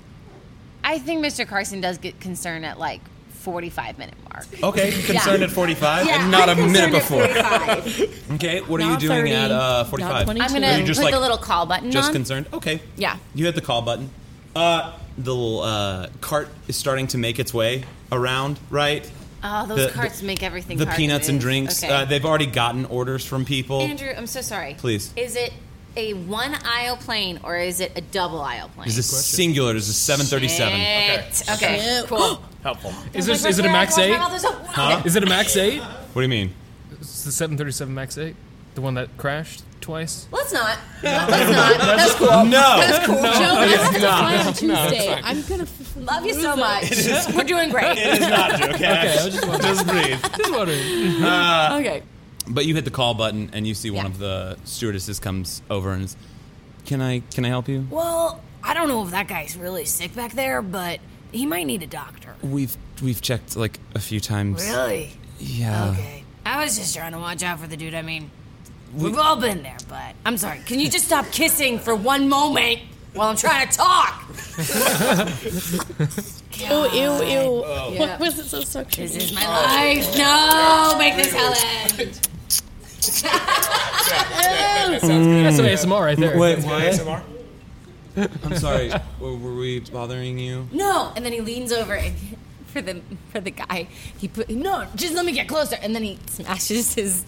I think Mr. Carson does get concerned at like 45 minute mark.
Okay, concerned at 45
Yeah,
Oh, and not
I'm
a minute before.
concerned
okay, what are you
Not
doing
30,
at uh,
not
45?
22. I'm gonna
Are you just
put
like,
the little call button
Just
on.
concerned. Okay.
Yeah.
You hit the call button. Uh, the little uh, cart is starting to make its way around, right?
Oh, those
The-
carts make everything.
The
hard to
peanuts and
move.
drinks.
Okay.
Uh, they've already gotten orders from people.
Andrew, I'm so sorry.
Please.
Is it a one aisle plane or is it a double aisle plane?
Is this singular? Is this 737?
Shit. Okay. Cool.
Helpful.
Is this is it a max eight?
Huh?
Is it a max eight?
What do you mean?
It's the 737 max eight, the one that crashed twice.
Let's not.
That's
not. That's cool.
No.
That's cool.
No.
Joe,
no,
we
it's
have to fly
not.
on
No, it's
Tuesday.
fine.
I'm gonna
Love you so much.
It is-
We're doing great.
It is not Drew, okay?
Okay, I was
just,
just wondering.
breathe.
Just
Hmm.
wondering.
Uh,
okay.
But you hit the call button and you see one of the stewardesses comes over and is, "Can I can I help you?"
Well, I don't know if that guy's really sick back there, but he might need a doctor.
We've we've checked like a few times.
Really?
Yeah.
Okay. I was just trying to watch out for the dude. I mean,
We-
we've all been there, but I'm sorry. Can you just stop kissing for one moment while I'm trying to talk?
Ew, ew, ew.
Oh.
What was it so suction?
This is my
Oh.
life. No, make this Helen.
That's an ASMR right there.
Wait,
That's
Mm-hmm.
what?
ASMR.
I'm sorry. w- Were we bothering you?
No, and then he leans over and for the for the guy. He put no, just let me get closer, and then he smashes his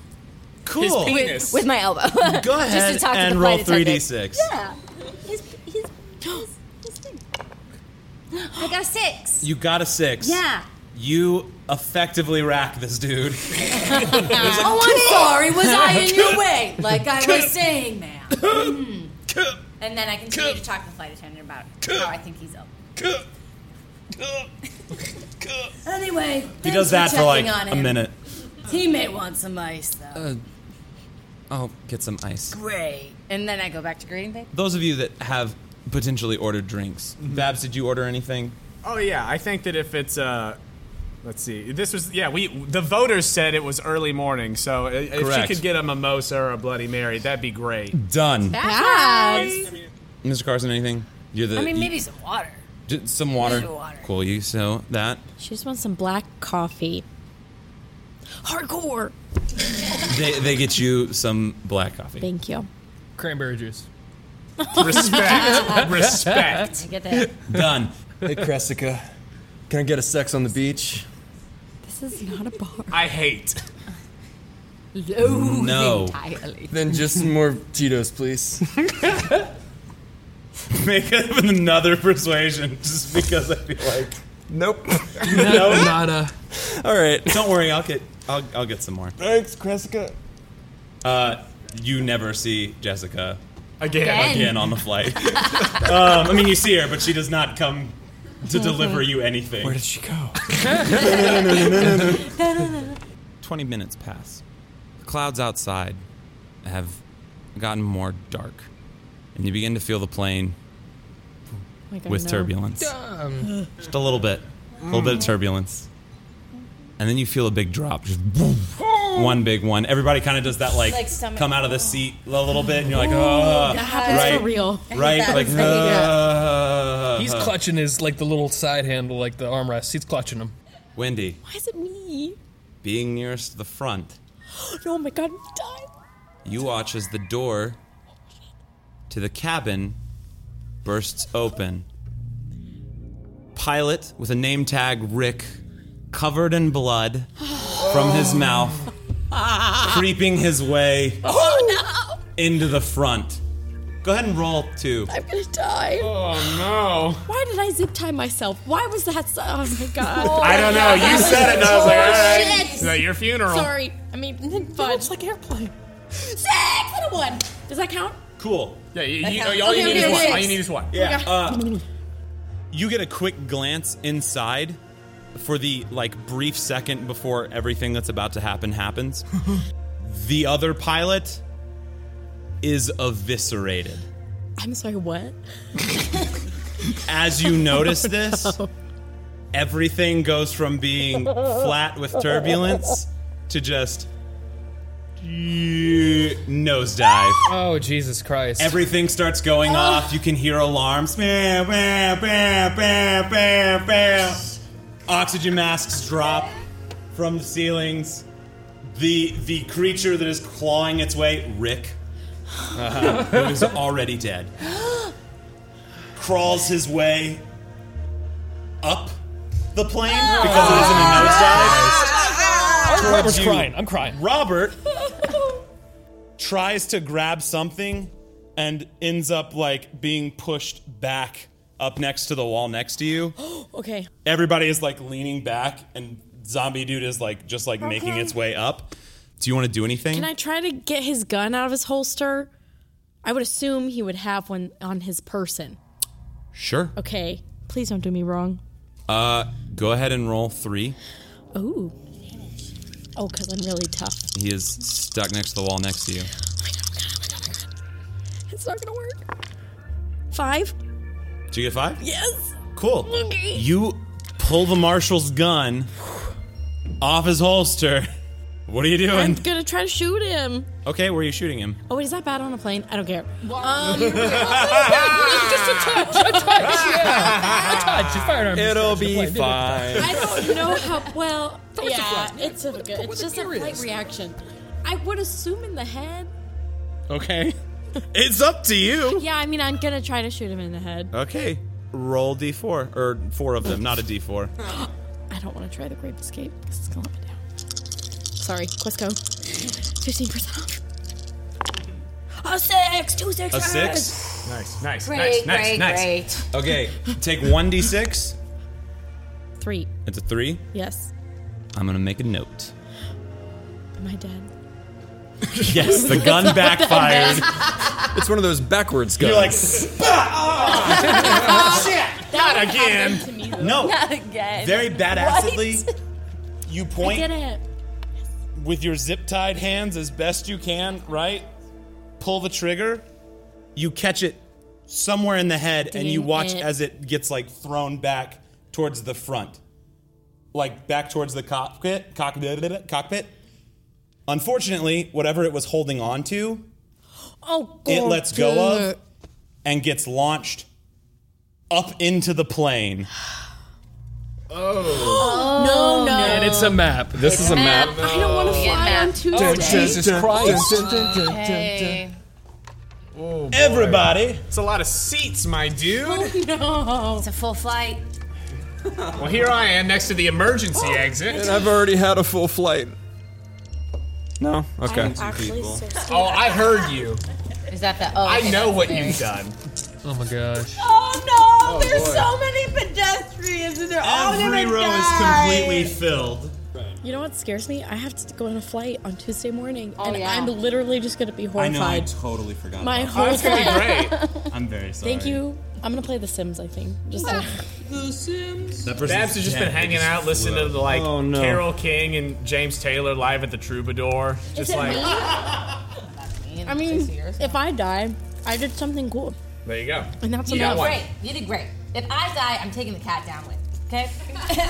Cool.
his with, with my elbow. Go ahead
ahead and roll 3d6.
Yeah, he's he's. he's, he's big.
I got a six.
You got a six.
Yeah.
You effectively rack this dude.
oh, I'm sorry. Was I in your way? Like I was saying, man.
And then I continue to talk to the flight attendant about
oh,
how I think he's up.
Anyway,
He
thanks
does that
for,
for like
checking on
a
him.
minute.
He may want some ice though.
Uh, I'll get some ice.
Great. And then I go back to Green Bay.
Those of you that have potentially ordered drinks,
Mm-hmm.
Babs, did you order anything?
Oh yeah, I think that if it's uh, let's see, this was yeah we the voters said it was early morning, so i- if she
Correct.
could get a mimosa or a Bloody Mary, that'd be great.
Done.
Bye.
Mr. Carson, anything? You're the.
I mean,
you-
maybe some water.
j- some water.
maybe water.
Cool. You so that
She just wants some black coffee. Hardcore.
they they get you some black coffee.
Thank you. Oh
Cranberry juice.
Respect. Respect.
I get that.
Done.
Hey, Cressica, can I get a sex on the beach?
This is not a bar.
I hate.
Loathe
No.
entirely.
Then just some more Tito's, please.
Make up another persuasion just because I feel like
nope.
Uh-huh.
nada.
All right.
Don't worry, I'll get I'll, I'll get some more.
Thanks, Cressica.
Uh, you never see Jessica
Again.
again,
Again.
on the flight. um, I mean, you see her, but she does not come to
Mm-hmm.
deliver you anything.
Where did she go?
Twenty minutes pass. The clouds outside have gotten more dark, and you begin to feel the plane
Like, I
with
know.
turbulence.
Um,
Just a little bit. A little bit of turbulence. And then you feel a big drop. Just boom, one big one. Everybody kind of does that, like,
Like stomach-
come out of the seat a little bit, and you're like, oh.
that happens
right,
for real. I hate
Right?
that.
Like,
I hate that.
"Ah."
he's clutching his like the little side handle, like the armrest. He's clutching him.
Wendy,
Why is it me?
being nearest the front,
Oh my god, I'm dying.
you watch as the door to the cabin bursts open. Pilot with a name tag Rick, covered in blood from his mouth, creeping his way
Oh
into the front. Go ahead and roll two.
no, I'm gonna die.
Oh
Why did I zip tie myself? Why was that? So- oh my god.
no. I don't know. You
That
said it, and I was like, all right.
bullshit.
It's at your funeral.
Sorry. I mean, fudge. It's like airplane. Six and a one. Does that count?
Cool.
Yeah, you, you,
Okay.
all you
Okay,
need is
okay,
one.
okay.
All you need is one.
Yeah. Uh, you get a quick glance inside for the like brief second before everything that's about to happen happens. the other pilot is eviscerated.
I'm sorry, what?
As you notice this, everything goes from being flat with turbulence to just nosedive.
Oh, Jesus Christ.
Everything starts going off. You can hear alarms. Bam, bam, bam, bam, bam, bam. Oxygen masks drop from the ceilings. The the creature that is clawing its way, Rick, uh, who is already dead, crawls his way up the plane because it isn't a nosedive.
Oh, Robert's
towards you.
crying. I'm crying.
Robert tries to grab something and ends up like being pushed back up next to the wall next to you.
Okay.
Everybody is like leaning back and zombie dude is like just like making
Okay.
its way up. Do you want to do anything?
Can I try to get his gun out of his holster? I would assume he would have one on his person.
sure.
Okay. Please don't do me wrong.
Uh go ahead and roll 3.
Ooh. Oh, because I'm really tough. Oh
He is stuck next to the wall next to you.
oh It's not gonna work. Five?
Do you get 5?
Yes.
Cool.
Okay.
You pull the marshal's gun off his holster. What are you
I'm
doing?
gonna try to shoot him.
Okay, where are you shooting him?
Oh, wait, is that bad on a plane? I don't care. Um,
Ah,
It'll be fine.
I don't know how. Well, yeah, it's a good. It's just a light reaction. I would assume in the head.
Okay. It's up to you.
Yeah, I mean, I'm gonna try to shoot him in the head.
Okay. Roll d4 or four of them, not a d4.
I don't want to try the grape escape. This is gonna let me down. Sorry, Quisco. Fifteen percent. A six, two six.
A six.
Nice, nice,
Great, nice, nice, great, nice. great.
Okay, take one d6.
Three.
It's a three.
Yes.
I'm gonna make a note.
Am I dead?
Yes, the gun backfired. it's one of those backwards guns. You're like,
Shit!
Not again. No.
Not again.
Oh. very badassedly, you
I get
point
it.
with your zip tied hands as best you can, right? Pull the trigger. You catch it somewhere in the head, and you
Dang
watch
it.
as it gets like thrown back towards the front, like back towards the cockpit. Cock, blah, blah, blah, cockpit. Unfortunately, whatever it was holding on to,
Oh, God.
it lets go of and gets launched up into the plane.
no, no.
And it's a map. This is a map.
I don't want to fly on Tuesday.
Oh, Jesus Christ.
Okay.
Everybody.
It's a lot of seats, my dude.
no.
It's a full flight.
Well, here I am next to the emergency
Oh,
exit.
And I've already had a full flight. No? Okay.
Oh, I heard you.
Is that the? Oh,
I
okay,
know
that's
what
very-
you've done.
Oh my gosh.
Oh no! There's
boy.
so many pedestrians and they're all
Oh
Every
gonna
row is
die.
completely filled.
You know what scares me? I have to go on a flight on Tuesday morning,
Oh,
and
yeah.
I'm literally just gonna be horrified.
totally forgot.
My whole life.
I'm very sorry.
Thank you. I'm gonna play The Sims. I think. Just to-
The Sims.
That
Babs has just been hanging out, listening to like
Oh,
Carol King and James Taylor live at the Troubadour. Just
Is it
like
me? I mean, if I die, I did something cool,
there you go.
and that's
You
enough.
did great. You did great. If I die, I'm taking the cat down with. Okay.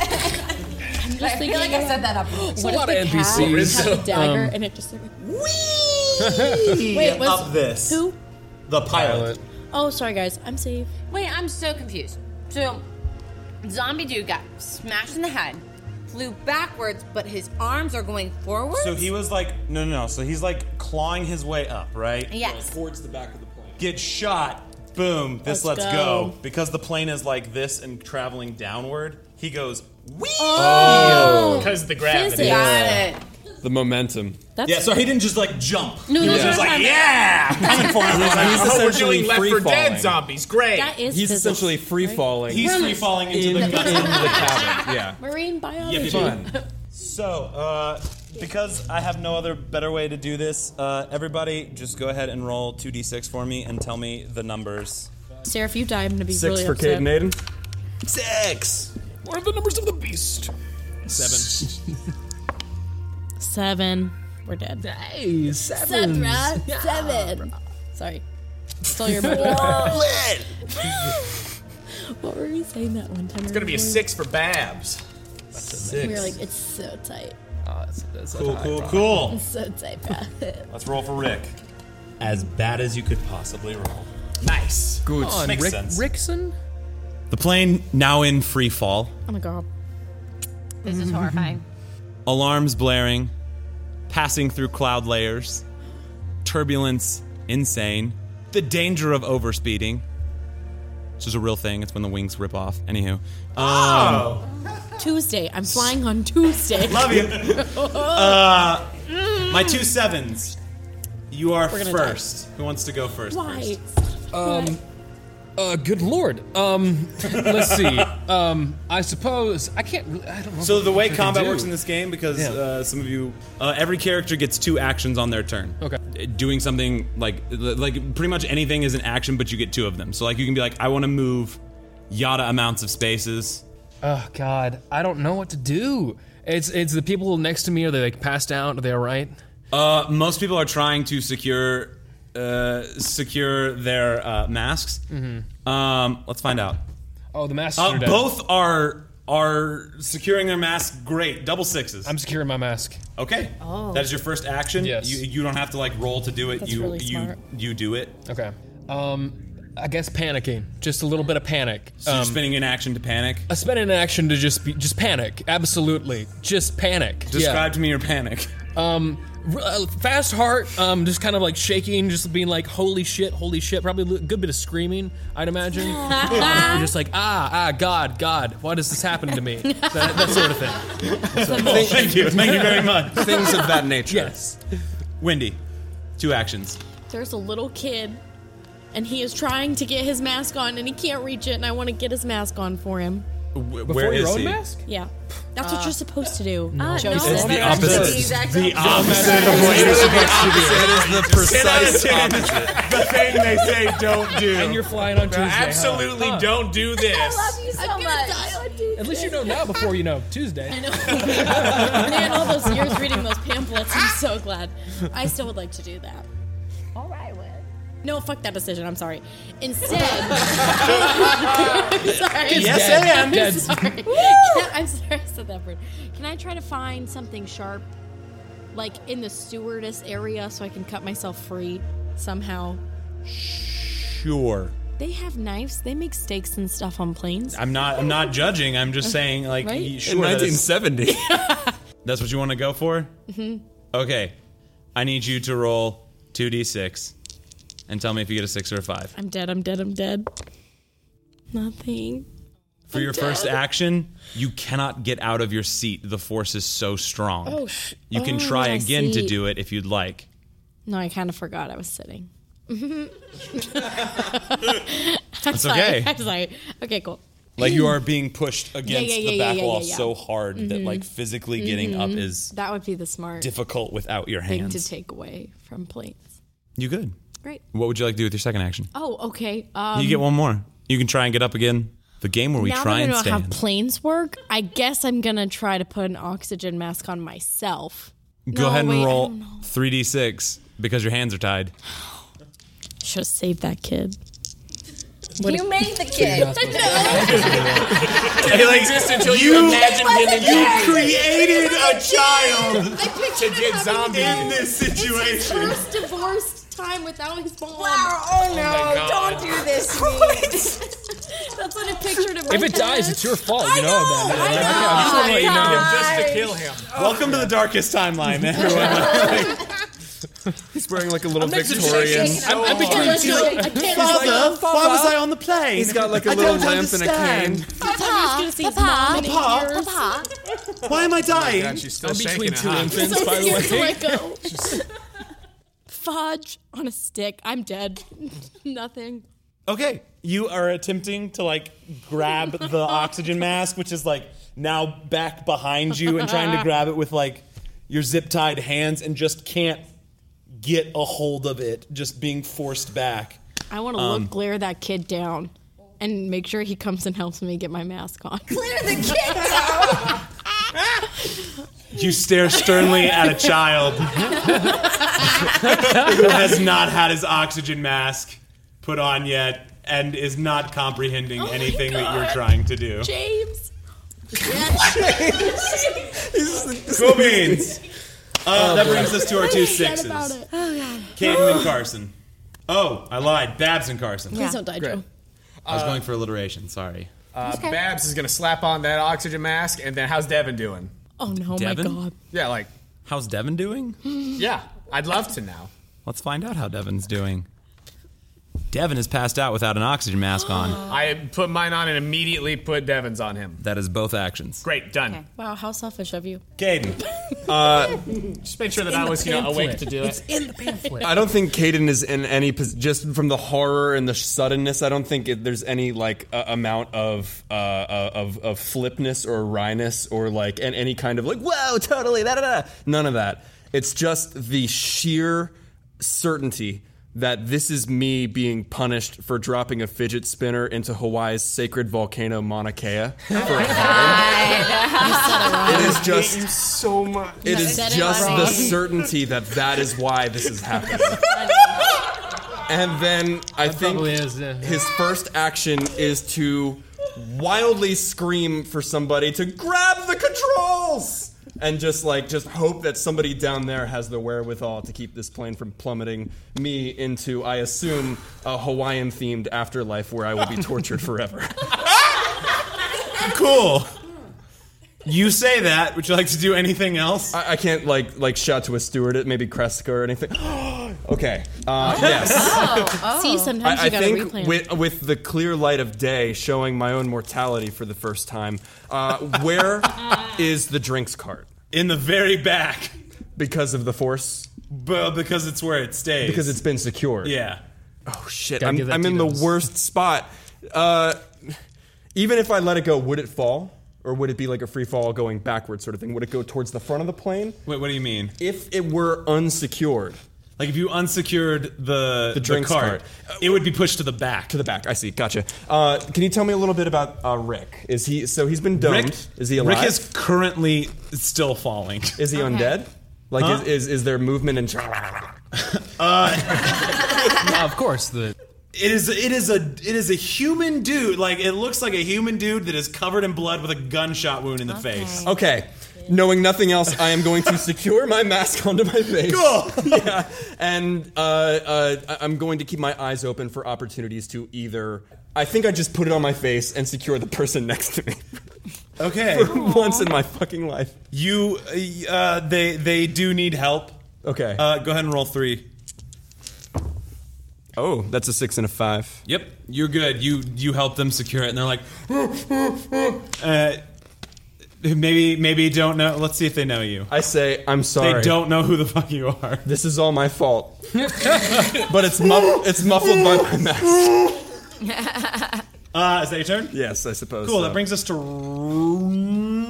just
I feel like I
thinking-
set that up.
What if the
NPCs.
cat had a dagger
Um,
and it just like
Wait,
Wait, was-
up this.
who?
The pilot.
Oh, sorry guys, I'm safe.
Wait, I'm so confused. So, zombie dude got smashed in the head,
Flew backwards, but his arms are going forward.
So he was like, no, no, no. So he's like clawing his way up, right?
Yes.
Towards the back of the plane.
Gets shot. Boom. This
Let's
lets,
go.
go. because the plane is like this and traveling downward. He goes. Wee!
Oh.
Because the gravity.
Physics.
The momentum.
That's
Yeah, so he didn't just like jump.
No,
he
that's
was
what
just
I'm
like,
talking about.
yeah, I'm coming for him.
He's
I hope we're doing
essentially
Left 4 Dead
free-falling.
zombies. Great.
that is
He's
physics,
essentially free
right?
falling
He's free falling into the
in the
gutter.
cabin. Yeah.
marine biology.
So, uh, because I have no other better way to do this, uh, everybody just go ahead and roll 2d6 for me and tell me the numbers.
Sarah, if you die, I'm gonna be
Six
really
for Cade
upset.
and Aiden.
Six!
What are the numbers of the beast? Seven.
Seven. We're dead.
Hey, seven.
Seven. Sorry. Still your
Lit!
What were we saying that one time?
It's gonna be a six for Babs. Six.
We were like, it's so tight.
Oh,
Cool, cool,
cool.
It's so tight, Babbitt.
Let's roll for Rick. As bad as you could possibly roll.
Nice.
Good.
Come on,
Makes
Rick-
sense.
Rickson?
The plane now in free fall.
Oh my god.
This is horrifying.
alarms blaring, passing through cloud layers, turbulence insane, the danger of overspeeding. This is a real thing. It's when the wings rip off. Anywho, um,
Tuesday. I'm flying on Tuesday.
Love you. uh, my two sevens. You are
We're gonna
first. Who wants to go first?
Why?
Um, uh, good lord. Um, let's see. Um, I suppose I can't. Really, I don't know.
So the way
if I can
combat
do.
works in this game, because uh, some of you, uh, every character gets two actions on their turn. Okay. Doing something like like pretty much anything is an action, but you get two of them. So like you can be like, I want to move yada amounts of spaces.
Oh God, I don't know what to do. It's it's the people next to me. Are they like passed out? Are they all right?
Uh, most people are trying to secure uh, secure their uh, masks.
Mhm.
Um, let's find out.
Oh, the masks
Uh,
are dead.
both are are securing their mask. Great, double sixes.
I'm securing my mask.
Okay.
Oh.
That is your first action. Yes. You, you don't have to like roll to do it.
That's
you
really smart.
you you do it.
Okay. Um, I guess panicking. Just a little bit of panic.
So you're
Um,
spinning an action to panic.
I spent an action to just be, just panic. Absolutely, just panic.
Describe to me your panic.
Um, r- uh, fast heart. Um, just kind of like shaking, just being like, "Holy shit! Holy shit!" Probably a good bit of screaming, I'd imagine. Um, just like, ah, ah, God, God, why does this happen to me? That, that sort of thing.
Cool, thank you. Thank you very much.
Things of
that nature. Yes. Wendy, two actions.
There's a little kid, and he is trying to get his mask on, and he can't reach it, and I want to get his mask on for him.
Wh-
Before
where
your
is
own
he?
mask?
Yeah. That's what you're supposed to do.
no.
Joseph.
It's the opposite.
The opposite
of what you're supposed to do.
It is
Ten
the
out of
precise
ten.
opposite.
The thing they say don't do.
And you're flying on Tuesday. huh?
Absolutely
Huh.
don't do this.
you so much.
At least you know now before you know Tuesday. I
Man, all those years reading those pamphlets, I'm so glad. I still would like to do that. All right, Will. No, fuck that decision. I'm sorry. Instead, I'm sorry.
It's Yes, dead. I am.
I'm
Dead.
sorry. Can- I'm sorry. I said that word. Can I try to find something sharp, like in the stewardess area, so I can cut myself free somehow?
Sure.
They have knives. They make steaks and stuff on planes.
I'm not. I'm not judging. I'm just saying, like,
Right?
y-
In
sure. that is-
1970.
That's what you want to go for.
hmm
Mm-hmm.
Okay. I need you to roll two d6, and tell me if you get a six or a five
I'm dead. I'm dead. I'm dead. Nothing.
for your first action. You cannot get out of your seat. The force is so strong.
Oh, sh-
you can
oh,
try
I
again to
see.
do it if you'd like.
No, I kind of forgot I was sitting. I'm
That's
sorry.
okay.
I'm sorry. Okay, cool.
Like you are being pushed
Yeah,
against
yeah, yeah,
the
yeah,
back
yeah,
wall
yeah, yeah.
so hard that
Mhm.
like physically getting up
Mhm.
is
that would be the smart
difficult without your
thing to
hands.
take away from planes.
You good?
Great.
What would you like to do with your second action?
Oh, okay. Um,
you get one more. You can try and get up again. The game where we
now
try
that I
and
know how
stand.
planes work, I guess I'm gonna try to put an oxygen mask on myself.
Go
No,
ahead and
wait, I
roll
don't know.
3d6 because your hands are tied.
Should have saved that kid.
you made the
Hey,
kid.
like,
you imagined him in
you
charge.
created a child
I
to
pictured
get zombies in this
It's his
situation.
first divorced time without his mom.
oh no,
my God.
don't do this to me.
That's what I pictured in my
If it
head.
dies, it's your fault. You know, know that.
I
I just wanna let you know.
Just to kill him.
Oh, Welcome to the darkest timeline, everyone.
He's wearing like a little
I'm actually
Victorian.
shaking. I'm- I'm between two- Father, why was I on the plane?
He's got like a
I
little
don't
lamp and a
understand.
cane.
Papa,
Papa,
Papa,
Papa.
Why am I dying?
she's still
I'm
shaking
between
it,
two
huh?
infants,
so
by the
scared to
way.
let go. Fudge on a stick. I'm dead. Nothing.
Okay, you are attempting to like grab the oxygen mask, which is like now back behind you and trying to grab it with like your zip tied hands and just can't get a hold of it, just being forced back.
I want to
Um,
look, glare that kid down, and make sure he comes and helps me get my mask on. Glare
the kid
You stare sternly at a child who has not had his oxygen mask. put on yet and is not comprehending anything that you're trying to do.
Oh James.
Cool beans. Uh,
Oh,
that
boy.
brings us to our
I'm
two
upset
sixes.
about it. Oh god.
Caden and Carson. Oh, I lied. Babs and Carson.
Please don't die, Joe.
I was
Uh,
going for alliteration. Sorry.
Uh, Babs is gonna slap on that oxygen mask, and then how's Devin doing?
Oh no,
Devin?
my god.
Yeah, like
how's Devin doing?
Yeah, I'd love to know.
Let's find out how Devin's doing. Devin has passed out without an oxygen mask on.
I put mine on and immediately put Devin's on him.
That is both actions.
Great, done.
Wow, how selfish of you.
Caden.
Uh,
Just make sure that
in
I
the
was you know, awake
pamphlet.
to do
It's
it.
in the pamphlet.
I don't think Caden is in any pos- just from the horror and the suddenness. I don't think it, there's any like uh, amount of uh, uh, of of flipness or wryness or like and any kind of like whoa totally da da da none of that. It's just the sheer certainty that this is me being punished for dropping a fidget spinner into Hawaii's sacred volcano Mauna Kea. It is just-
you so much.
It is just the certainty that that is why this is happening. and then I think his first action is to wildly scream for somebody to grab the controls and just like just hope that somebody down there has the wherewithal to keep this plane from plummeting me into I assume a Hawaiian themed afterlife where I will be tortured forever.
cool. You say that. Would you like to do anything else?
I, I can't like like shout to a steward at maybe Kreska or anything. okay. Uh, yes.
See, sometimes you
I, I
gotta
think
replan.
with, with the clear light of day showing my own mortality for the first time, uh, where is the drinks cart?
In the very back.
Because of the force?
Well, because it's where it stays.
Because it's been secured.
Yeah.
Oh, shit.
Gotta give
I'm,
that to
I'm in the
those.
worst spot. Uh, even if I let it go, would it fall? Or would it be like a free fall going backwards sort of thing? Would it go towards the front of the plane?
Wait, what do you mean?
If it were unsecured.
Like if you unsecured the
The drinks
cart,
cart.
it would be pushed to the back. To
the back. I see. Gotcha. Uh, can you tell me a little bit about uh, Rick? Is he so he's been domed?
Rick-
is he alive?
Rick is currently still falling.
Is he undead? Like
Huh? Uh,
is, is is there movement and?
of course the it is it is a it is a human dude like it looks like a human dude that is covered in blood with a gunshot wound in the face.
Okay. Knowing nothing else, I am going to secure my mask onto my face.
Cool.
yeah. And uh, uh, I- I'm going to keep my eyes open for opportunities to either. I think I just put it on my face and secure the person next to me.
Okay.
For once in my fucking life.
You uh, they they do need help.
Okay.
Uh, go ahead and roll 3.
Oh, that's a 6 and a 5.
Yep. You're good. You you help them secure it and they're like uh, maybe maybe don't know. Let's see if they know you.
I say I'm sorry.
They don't know who the fuck you are.
This is all my fault. but it's muff- it's muffled by my mask.
Uh, is that your turn?
Yes, I suppose.
Cool.
so.
That brings us to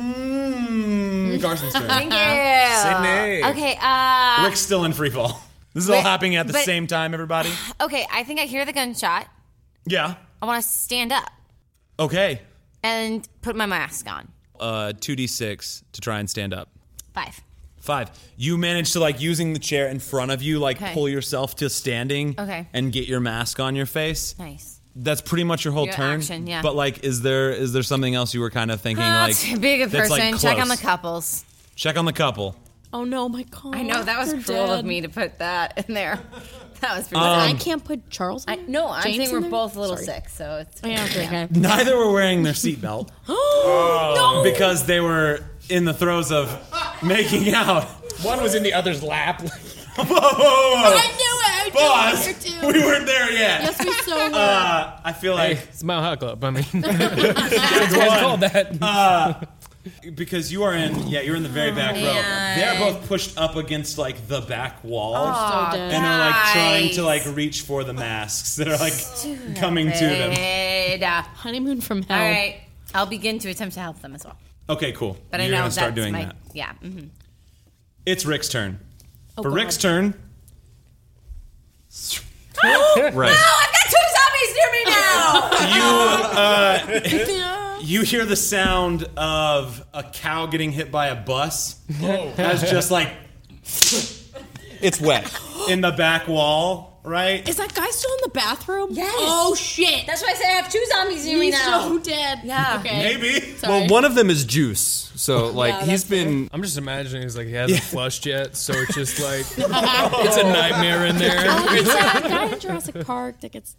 mm, Carson's turn.
Thank you.
Sydney.
Okay. Uh,
Rick's still in free fall. This is all
Rick-
happening at the
but-
same time, everybody.
okay. I think I hear the gunshot.
Yeah.
I want to stand up
Okay.
and put my mask on.
Uh, two d six to try and stand up.
Five.
Five. You manage to like using the chair in front of you, like
Okay.
pull yourself to standing.
Okay.
And get your mask on your face.
Nice.
That's pretty much your whole
Your
turn.
action, yeah.
But like, is there is there something else you were kind of thinking?
Ah,
like,
too big a
that's,
person.
like,
Check on the
close?
couples.
Check on the couple.
Oh no, my god.
I know that was
They're
cruel
dead.
of me to put that in there. That was pretty.
Um,
bad.
I
can't put Charles.
I, no, I
James
think
in
we're
there?
both a little
Sorry. Oh,
sick, so it's.
Yeah, okay, okay.
Neither were wearing their seatbelt. oh, Because they were in the throes of making out.
One was in the other's lap.
whoa, whoa, whoa.
I knew it.
Boss,
I knew
we weren't there yet.
Yes, we so were.
Uh, I feel like
it's Mile High Club. I mean,
That's
It's
one.
called that.
Uh, because you are in, yeah, you're in the very back
Man.
row. They're both pushed up against like the back wall,
Oh, So dead.
and are like trying
guys.
to like reach for the masks that are like coming to them.
Honeymoon
from hell.
All right, Uh, I'll begin to attempt to help them as well.
Okay, cool.
But
you're
I know
gonna start
that's
doing
my,
that.
Yeah. mhm.
It's Rick's turn.
Oh,
For
God.
Rick's turn,
right.
Right.
Oh, I've got two zombies near me now.
you uh, you hear the sound of a cow getting hit by a bus. That's just like
it's wet
in the back wall,
right?
Is that guy still in the bathroom? Yes. Oh shit.
That's why I said I have two zombies in me
He's
now.
so dead.
Yeah.
Okay.
Maybe.
Well, one of them is Juice. So like
Yeah,
he's been.
I'm just imagining he's like he hasn't flushed yet, so it's just like it's a nightmare in there.
Oh, it's that guy in Jurassic Park that gets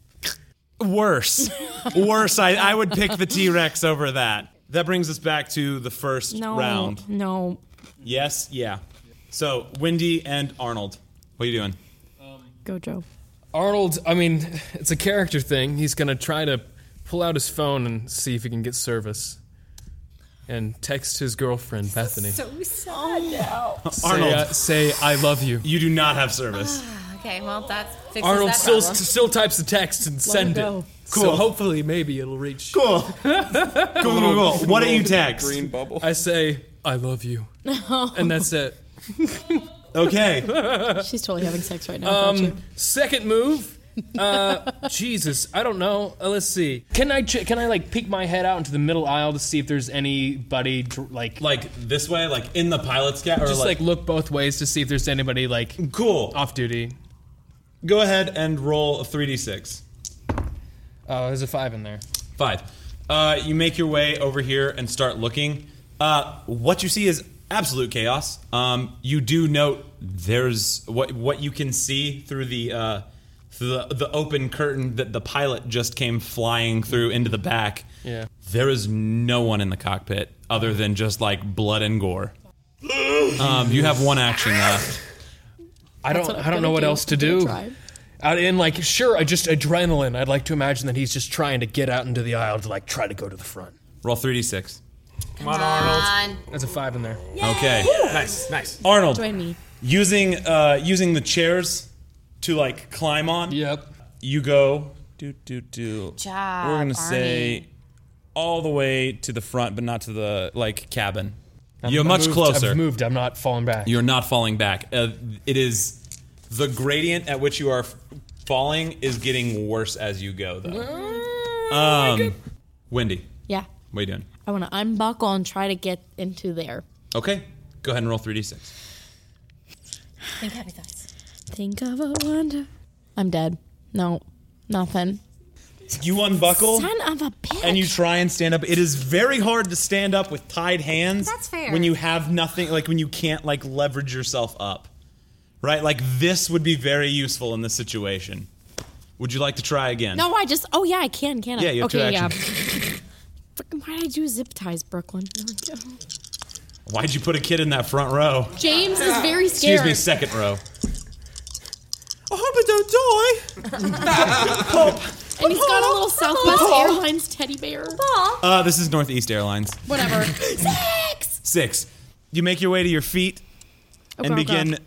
Worse. Worse. I, I would pick the T Rex over that. That brings us back to the first
no
round.
No.
Yes, yeah. So, Wendy and Arnold, what are you doing?
Go Joe.
Arnold, I mean, it's a character thing. He's gonna try to pull out his phone and see if he can get service, and text his girlfriend Bethany.
sad now.
Oh,
Say, uh, say I love you.
You do not have service.
Okay, well that's fixes
Arnold
that
still
problem.
still types the text and
Let
send
it
it.
go.
So
Cool.
hopefully, maybe it'll reach.
Cool.
cool,
cool, cool. What do you text? Green
bubble. I say I love you, and that's it.
She's totally having sex right now. aren't you?
Um, second move. Uh, Jesus, I don't know. Uh, let's see. Can I ch- can I like peek my head out into the middle aisle to see if there's anybody dr- like
like this way, like in the pilot's cat, or
just
like,
like, look both ways to see if there's anybody like
cool
off duty.
Go ahead and roll a 3d6.
Oh, there's a five in there.
Five. Uh, you make your way over here and start looking. Uh, what you see is absolute chaos. Um, you do note there's what what you can see through the uh, through the, the open curtain that the pilot just came flying through into the back.
Yeah.
There is no one in the cockpit other than just like blood and gore. Um, you have one action left.
I
That's
don't.
what I'm
I don't know
gonna
what
do.
else to
I'm gonna
do.
try.
Out in like sure, I just adrenaline. I'd like to imagine that he's just trying to get out into the aisle to like try to go to the front.
Roll 3d6.
Come on, Arnold. That's a five in there.
Okay.
Nice, nice.
Arnold.
Join me.
Using uh, using the chairs to like climb on.
Yep.
You go do do do.
job,
We're gonna
Arnie.
say all the way to the front, but not to the like cabin.
I'm-
You're
I
much
moved-
closer.
I've moved. I'm not falling back.
You're not falling back. Uh, it is the gradient at which you are f- falling is getting worse as you go, though. Um, Wendy,
Yeah.
what are you doing?
I want to unbuckle and try to get into there.
Okay, go ahead and roll three d six.
Think happy thoughts. Think of a wonder. I'm dead. No, nothing.
You unbuckle.
Son of a bitch.
and you try and stand up. It is very hard to stand up with tied hands.
That's fair.
When you have nothing, like when you can't like leverage yourself up, right? Like this would be very useful in this situation. Would you like to try again?
No, I just. Oh yeah, I can. Can I?
Yeah, you have two
okay, yeah.
actions.
Fucking why did I do zip ties, Brooklyn? Oh,
Why'd you put a kid in that front row?
James is very scared.
Excuse me, second row.
I hope I don't die. Pop. And he's got a little Southwest
Pop.
Airlines teddy bear.
Uh, this is Northeast Airlines.
Whatever. Six.
Six. You make your way to your feet
Oh,
and
God,
begin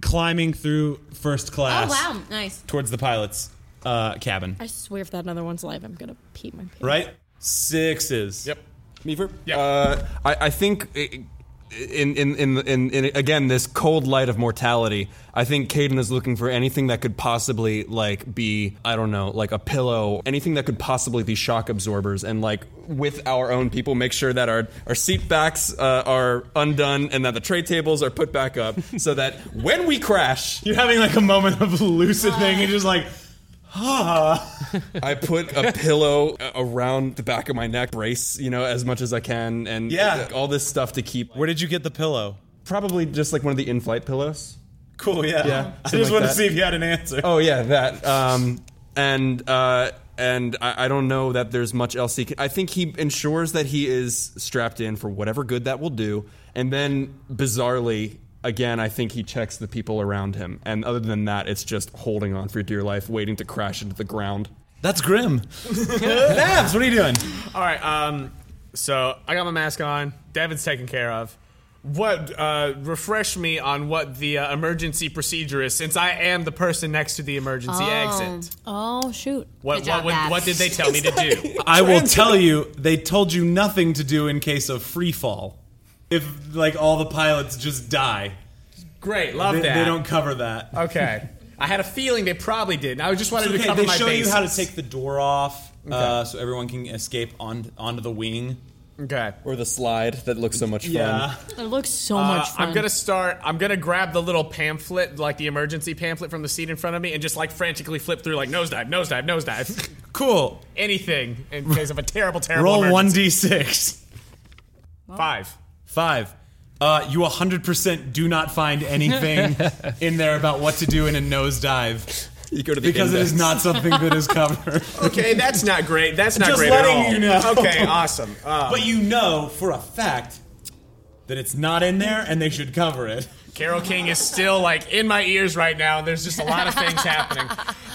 climbing through first
Oh
class
wow, nice.
towards the pilot's uh, cabin.
I swear, if that another one's alive, I'm gonna pee my pants.
Right? Sixes. Yep.
Meaver? Yeah. Uh, I, I think i- in, in, in, in, in again this cold light of mortality, I think Caden is looking for anything that could possibly like be I don't know like a pillow, anything that could possibly be shock absorbers, and like with our own people, make sure that our our seat backs uh, are undone and that the tray tables are put back up, so that when we crash,
you're having like a moment of lucid thing and just like.
I put a pillow uh, around the back of my neck, brace, you know, as much as I can, and
Yeah.
all this stuff to keep.
Where did you get the pillow?
Probably just like one of the in-flight pillows.
Cool, yeah.
Yeah,
I just
something like
wanted
that.
to see if you had an answer.
Oh yeah, that. Um, and uh, and I, I don't know that there's much else he can. I think he ensures that he is strapped in for whatever good that will do, and then bizarrely. Again, I think he checks the people around him, and other than that, it's just holding on for dear life, waiting to crash into the ground.
That's grim. Labs, what are you doing?
All right. Um, so I got my mask on. Devin's taken care of. What? Uh, refresh me on what the uh, emergency procedure is, since I am the person next to the emergency exit.
Oh shoot.
What? What, would- what did they tell me to do?
I will tell you, they told you nothing to do in case of free fall. If, like, all the pilots just die.
Great, love
they,
that.
They don't cover that.
Okay. I had a feeling they probably did. and I just wanted
It's
to
okay,
cover
they
my
show
bases.
you how to take the door off uh, so everyone can escape on, onto the wing.
Okay.
Or the slide that looks so much
Yeah.
fun.
It looks so
Uh,
much fun.
I'm gonna start. I'm gonna grab the little pamphlet, like the emergency pamphlet from the seat in front of me, and just like frantically flip through, like nosedive, nosedive, nosedive. cool. Anything in case of a terrible, terrible.
Roll one
emergency.
d six.
Five.
Five. Uh, you 100% do not find anything in there about what to do in a nosedive.
You go to
the
because it is
index.
not something that is covered.
Okay, that's not great. That's not
Just
great
letting
at all.
you know.
Okay, awesome. Um,
but you know for a fact that it's not in there, and they should cover it.
Carol King is still like in my ears right now, and there's just a lot of things happening.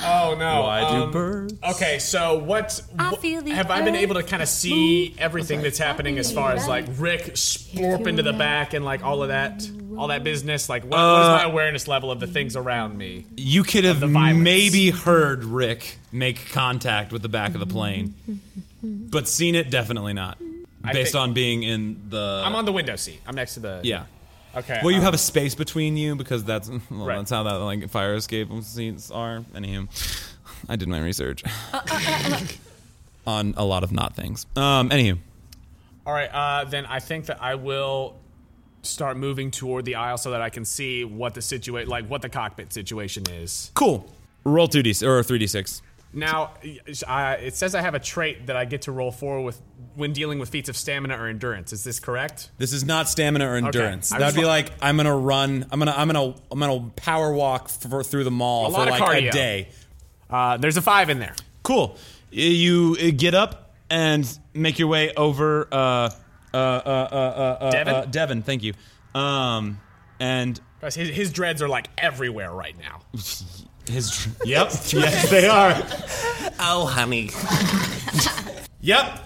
Oh no!
Why do
birds? Okay, so what?
I
wh-
feel the
have I been
earth
able to kind of see everything that's happening as far as like Rick splorp into the back and like all of that, all that business? Like, what, what is
Uh,
my awareness level of the things around me?
You could have maybe heard Rick make contact with the back of the plane, but seen it definitely not.
I
based
think-
on being in the.
I'm on the window seat. I'm next to the.
Yeah.
Okay.
Well, you
um,
have a space between you because that's well, that's how that like fire escape scenes are. Anywho, I did my research on a lot of not things. Um. Anywho,
All right, uh, then I think that I will start moving toward the aisle so that I can see what the situation, like what the cockpit situation is.
cool. Roll two d or three d six.
Now, I, it says I have a trait that I get to roll four with when dealing with feats of stamina or endurance. Is this correct?
This is not stamina or endurance.
I
That'd
just
be
wa-
like I'm gonna run. I'm gonna I'm gonna I'm gonna power walk for, through the mall
A
for
lot of
like a
cardio.
day.
Uh, there's a five in there.
Cool. Y- You uh, get up and make your way over. Uh, uh, uh, uh, uh, uh,
Devin?
Uh, Devin, thank you. Um, and
Guys, His, his dreads are like everywhere right now.
his. yep. yes, they are.
Oh, honey.
Yep.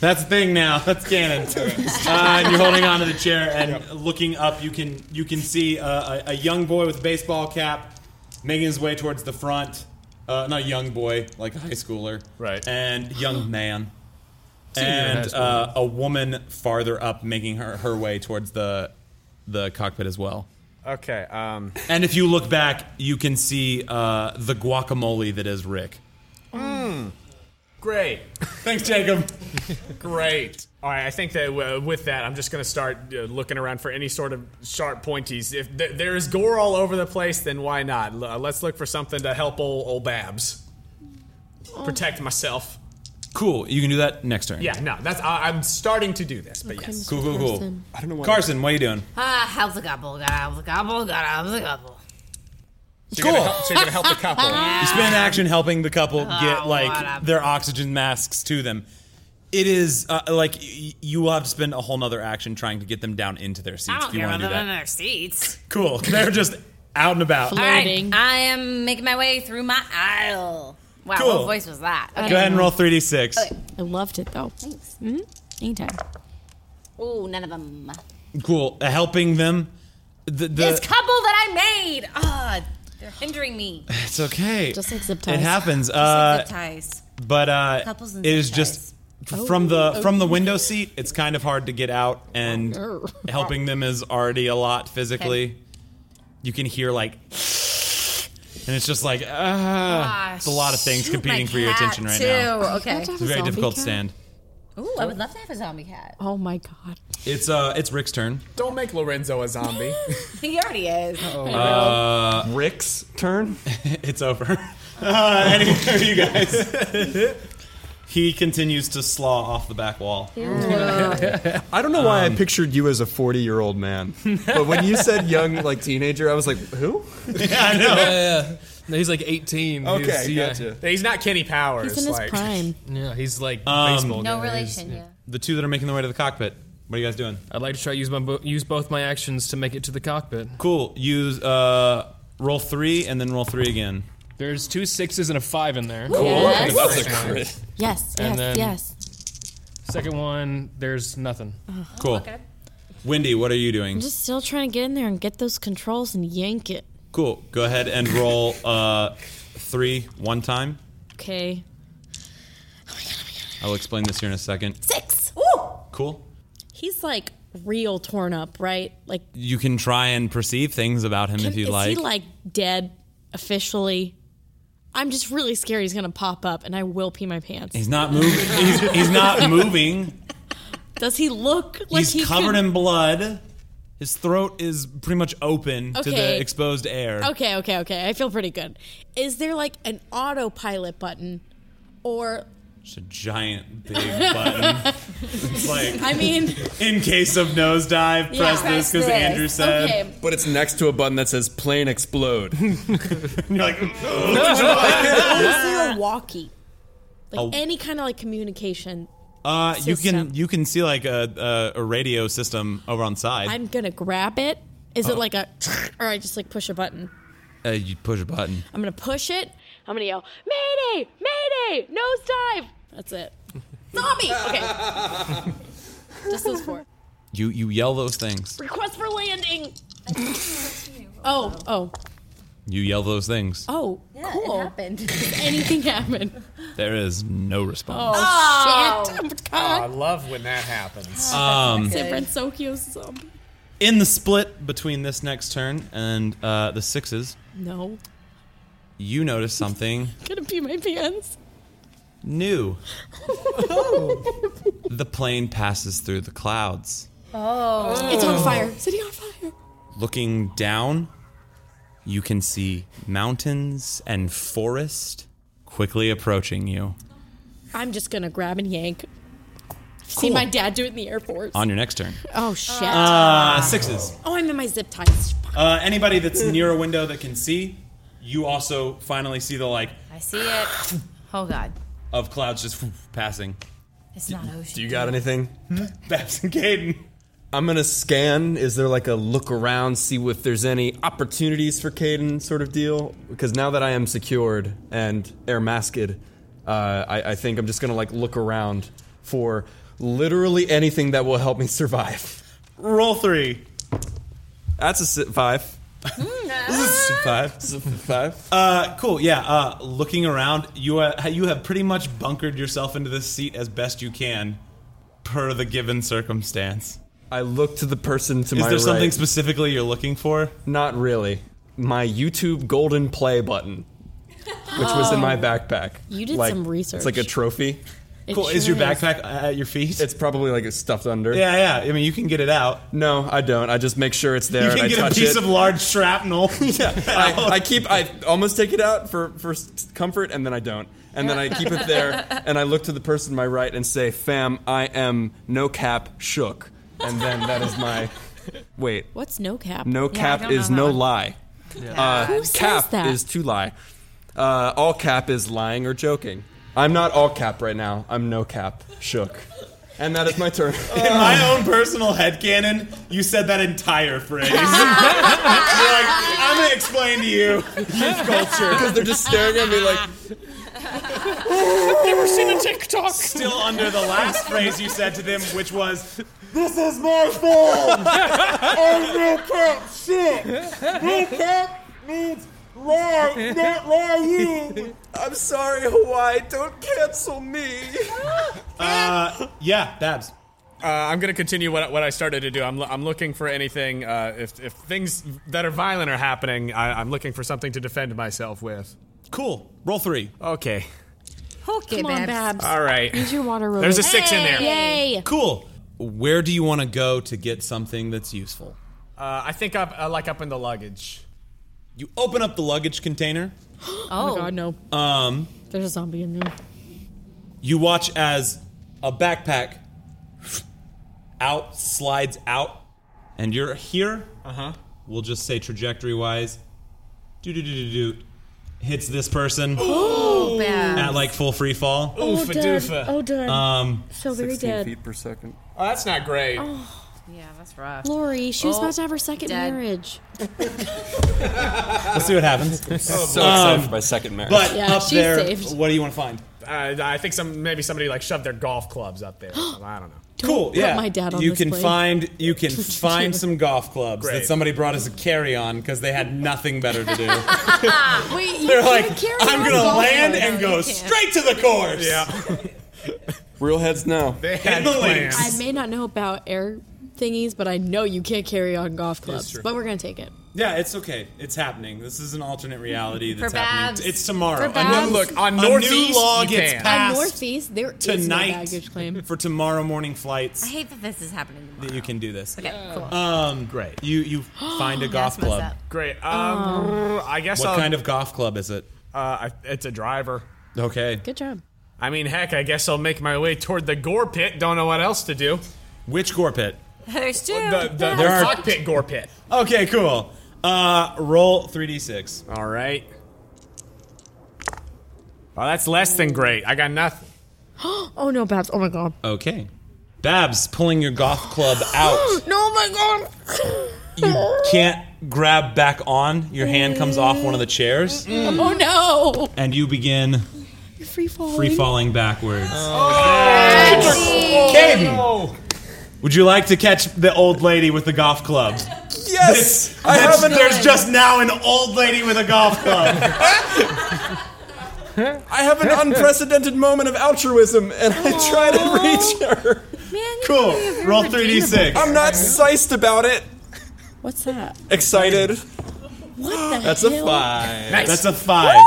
That's the thing now. That's canon. uh, and you're holding onto the chair and looking up. You can you can see uh, a, a young boy with a baseball cap making his way towards the front. Uh, not a young boy, like a high schooler, right? And young man,
Senior high
and
school.
uh, a woman farther up making her her way towards the the cockpit as well.
Okay. Um,
And if you look back, you can see uh, the guacamole that is Rick.
mm, great.
Thanks, Jacob.
Great. All right, I think that uh, with that, I'm just going to start uh, looking around for any sort of sharp pointies. If th- there is gore all over the place, then why not? L- uh, let's look for something to help old, old Babs protect myself.
Cool. You can do that next turn.
Yeah, no, that's I, I'm starting to do this, but yes.
Cool, cool, cool. Carson, what are you doing?
Ah, how's the gobble? Gobble, gobble, gobble, gobble.
Cool.
so you're gonna help the couple.
You spend an action helping the couple get
Oh,
like
whatever.
their oxygen masks to them. It is uh, like y- you will have to spend a whole nother action trying to get them down into their
I
seats
don't
if you
care
want to
whether
do
they're in
that.
their seats.
Cool. They're just out and about.
All right, I am making my way through my aisle. Wow,
Cool.
what voice was that?
Go ahead and roll 3d6.
Okay.
I loved it though.
Thanks.
hmm Anytime.
Ooh, none of them.
Cool. Uh, Helping them. The, the,
this couple that I made. Ah, they're hindering me.
It's okay.
Just like zip
It
ties.
happens.
Just like
uh,
zip ties.
But uh,
Couples and
it is
zip
just
ties.
from the
Oh.
from the window seat. It's kind of hard to get out, and helping them is already a lot physically. You can hear like, and it's just like ah, it's a lot of things
shoot,
competing
my
for your
cat,
attention right
too.
now.
Okay.
It's very difficult to stand.
Ooh, I would love to have a zombie cat.
Oh my god.
It's uh, it's Rick's turn.
Don't make Lorenzo a zombie.
He already is.
Uh, Rick's turn. it's over. Uh, anyway, you guys. he continues to slaw off the back wall.
I don't know why
Um,
I pictured you as a 40 year old man, but when you said young, like teenager, I was like, who?
yeah, I
know. Yeah, yeah. He's like 18. He
Okay,
was- yeah.
gotcha.
He's not Kenny Powers.
He's in his
like,
prime. Yeah, he's like
Um,
baseball.
No
guy.
relation, yeah.
The two that are making their way to the cockpit. What are you guys doing?
I'd like to try to use my bo- use both my actions to make it to the cockpit.
Cool. Use uh, roll three and then roll three again.
There's two sixes and a five in there.
Cool. Yes.
That's a crit.
Yes, yes,
And then
yes.
Second one, there's nothing.
Cool. Wendy, what are you doing?
I'm just still trying to get in there and get those controls and yank it.
Cool. Go ahead and roll uh, three one time.
Okay. Oh,
I'll explain this here in a second.
Six. Ooh.
Cool.
He's like real torn up, right? Like
You can try and perceive things about him
can-
if you
is
like.
he like dead officially? I'm just really scared he's gonna pop up and I will pee my pants.
he's not moving. he's, he's not moving.
Does he look like
He's
he
covered
could-
in blood. His throat is pretty much open to
Okay.
the exposed air.
Okay, okay, okay. I feel pretty good. Is there like an autopilot button, or
It's a giant big button. it's like
I mean,
in case of nosedive,
Yeah.
press this
Press
because
this.
Andrew said.
Okay.
But it's next to a button that says plane explode.
You're like,
is there a walkie? Like
uh, A-
any kind of like communication?
Uh, you
System.
can you can see like a, a, a radio system over on the side.
I'm gonna grab it. Is it
Oh.
like a, or I just like push a button?
Uh, you push a button.
I'm gonna push it. I'm gonna yell, Mayday! Mayday! Nosedive! That's it. Zombie! Okay. Just those four.
You you yell those things.
Request for landing! oh, oh,
You yell those things.
oh, cool. happened. Anything happened.
There is no response.
Oh, shit.
I love when that happens.
Um,
Different Sokyo's zombie.
In the split between this next turn and uh, the sixes,
No.
you notice something
Gonna pee my pants.
new. The plane passes through the clouds.
Oh. It's on fire. City on fire.
Looking down, you can see mountains and forest quickly approaching you.
I'm just gonna grab and yank. I've seen my dad do it in the airport.
On your next turn,
Oh, shit.
Uh, sixes.
Oh, I'm in my zip ties.
Uh, anybody that's near a window that can see, you also finally see the like
I see it. Oh God.
of clouds just passing.
It's not ocean.
Do you got anything?
Babs and Caden.
I'm gonna scan. Is there like a look around, see if there's any opportunities for Caden sort of deal? Because now that I am secured and air masked, uh, I, I think I'm just gonna like look around for literally anything that will help me survive.
Roll three.
That's a si- five.
five.
Five.
Uh, cool. Yeah. Uh, looking around, you uh, you have pretty much bunkered yourself into this seat as best you can, per the given circumstance.
I look to the person to
Is
my
there something
right.
specifically you're looking for?
Not really. My YouTube golden play button, which was in my backpack.
You did some research.
It's like a trophy.
It Cool. Is sure your is.
backpack uh, at your feet?
It's probably like it's stuffed under.
Yeah, yeah. I mean, you can get it out.
No, I don't. I just make sure it's there
you
and
can
I
get
touch
a piece
it.
of large shrapnel. yeah.
I, I keep. I almost take it out for for s- comfort, and then I don't. And then I keep it there, and I look to the person to my right and say, "Fam, I am no cap shook." And then that is my wait.
What's no cap?
No cap is no lie. Uh,
Who says
cap
that?
is to lie. Uh, all cap is lying or joking. I'm not all cap right now. I'm no cap shook. And that is my turn.
In my own personal headcanon, you said that entire phrase. You're like, I'm gonna explain to you youth culture.
Because they're just staring at me like,
Never seen a TikTok.
Still under the last phrase you said to them, which was, This is my fault!
I'm no cap shit. No cap means
"Oh,
lie, not lying.
Uh,
I'm sorry, Hawaii. Don't cancel me.
Uh, yeah, Babs.
Uh, I'm going to continue what, what I started to do. I'm, lo- I'm looking for anything. Uh, if, if things that are violent are happening, I, I'm looking for something to defend myself with.
Cool. Roll three.
Okay.
Okay, Come on, Babs.
All right.
Use your water roller.
There's a six in there.
Yay!
Cool. Where do you want to go to get something that's useful?
Uh, I think up uh, like up in the luggage.
You open up the luggage container.
Oh, my god, no.
Um,
There's a zombie in there.
you watch as a backpack out slides out, and you're here. Uh huh.
Uh-huh.
We'll just say trajectory wise, do do do do do, hits this person
Oh, bad.
at like full free fall.
Oh, Oofa done. doofa. Oh, done.
Um,
So very 16 dead.
feet per second.
Oh, that's not great.
Yeah, that's rough.
Lori, she was
Oh,
about to have her second
dead.
marriage.
Let's see what happens. Um,
I'm so excited for my second marriage.
But
Yeah,
up
she's
there,
saved.
what do you want to find?
Uh, I think some maybe somebody like shoved their golf clubs up there. or something. I don't know.
cool.
put
Yeah,
my dad on
you
this
can
plane.
find you can find some golf clubs that
Great.
somebody brought as a carry-on because they had nothing better to do.
Wait,
They're like, I'm gonna land and go straight to the course.
Yeah.
Real heads now.
They
had Hit the links.
I may not know about air thingies, but I know you can't carry on golf
It's
clubs.
true.
But we're gonna take it.
Yeah, it's okay. It's happening. This is an alternate reality
For
that's happening.
Babs.
It's tomorrow.
For Babs.
Look, on
a new
Northeast,
law
you
gets
can.
On
passed
Northeast, there is
tonight
no baggage claim.
for tomorrow morning flights.
I hate that this is happening.
that you can do this.
Okay, Yeah. cool.
Um, great. You you find a golf club.
Great.
Uh,
Um, I guess
what
I'll,
kind of golf club is it?
Uh, I, it's a driver.
Okay.
Good job.
I mean, heck, I guess I'll make my way toward the gore pit. Don't know what else to do.
Which gore pit?
There's two.
The, the,
There are-
the cockpit gore pit.
Okay, cool. Uh, roll three d six.
All right.
Oh,
Well, that's less than great. I got nothing.
oh no, Babs! Oh my god!
Okay. Babs pulling your golf club out.
no, oh, my god!
You can't grab back on. Your hand comes off one of the chairs,
Oh no!
and you begin
You're free falling.
free falling backwards.
Oh,
Caden, would you like to catch the old lady with the golf club?
Yes!
There's-
I
there's-
have an-
There's just now an old lady with a golf club.
I have an unprecedented moment of altruism, and I try to reach her.
cool. Roll three d six.
I'm not siced about it.
What's that?
Excited.
What the
That's a five.
Nice. That's a five.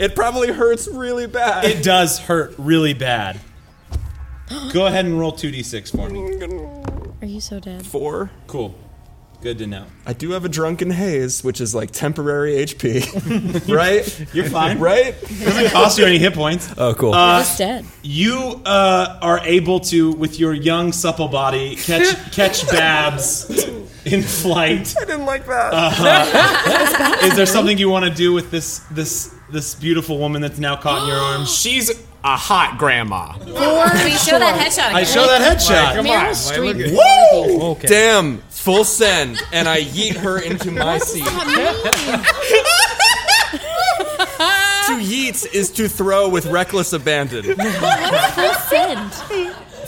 It probably hurts really bad.
It does hurt really bad. Go ahead and roll two d six for me.
Are you so dead?
Four.
Cool. Good to know.
I do have a drunken haze, which is like temporary HP, right?
You're fine.
right?
Doesn't cost you any hit points.
Oh, cool.
Uh,
dead.
You uh, are able to, with your young supple body, catch catch Babs in flight.
I didn't like that.
Uh-huh. Is there something you want to do with this this this beautiful woman that's now caught in your arms?
She's a hot grandma.
we show that headshot.
I show that headshot.
Come on. Meryl Streep.
Woo! Damn, full send, and I yeet her into my seat. to yeet is to throw with reckless abandon.
What's full send?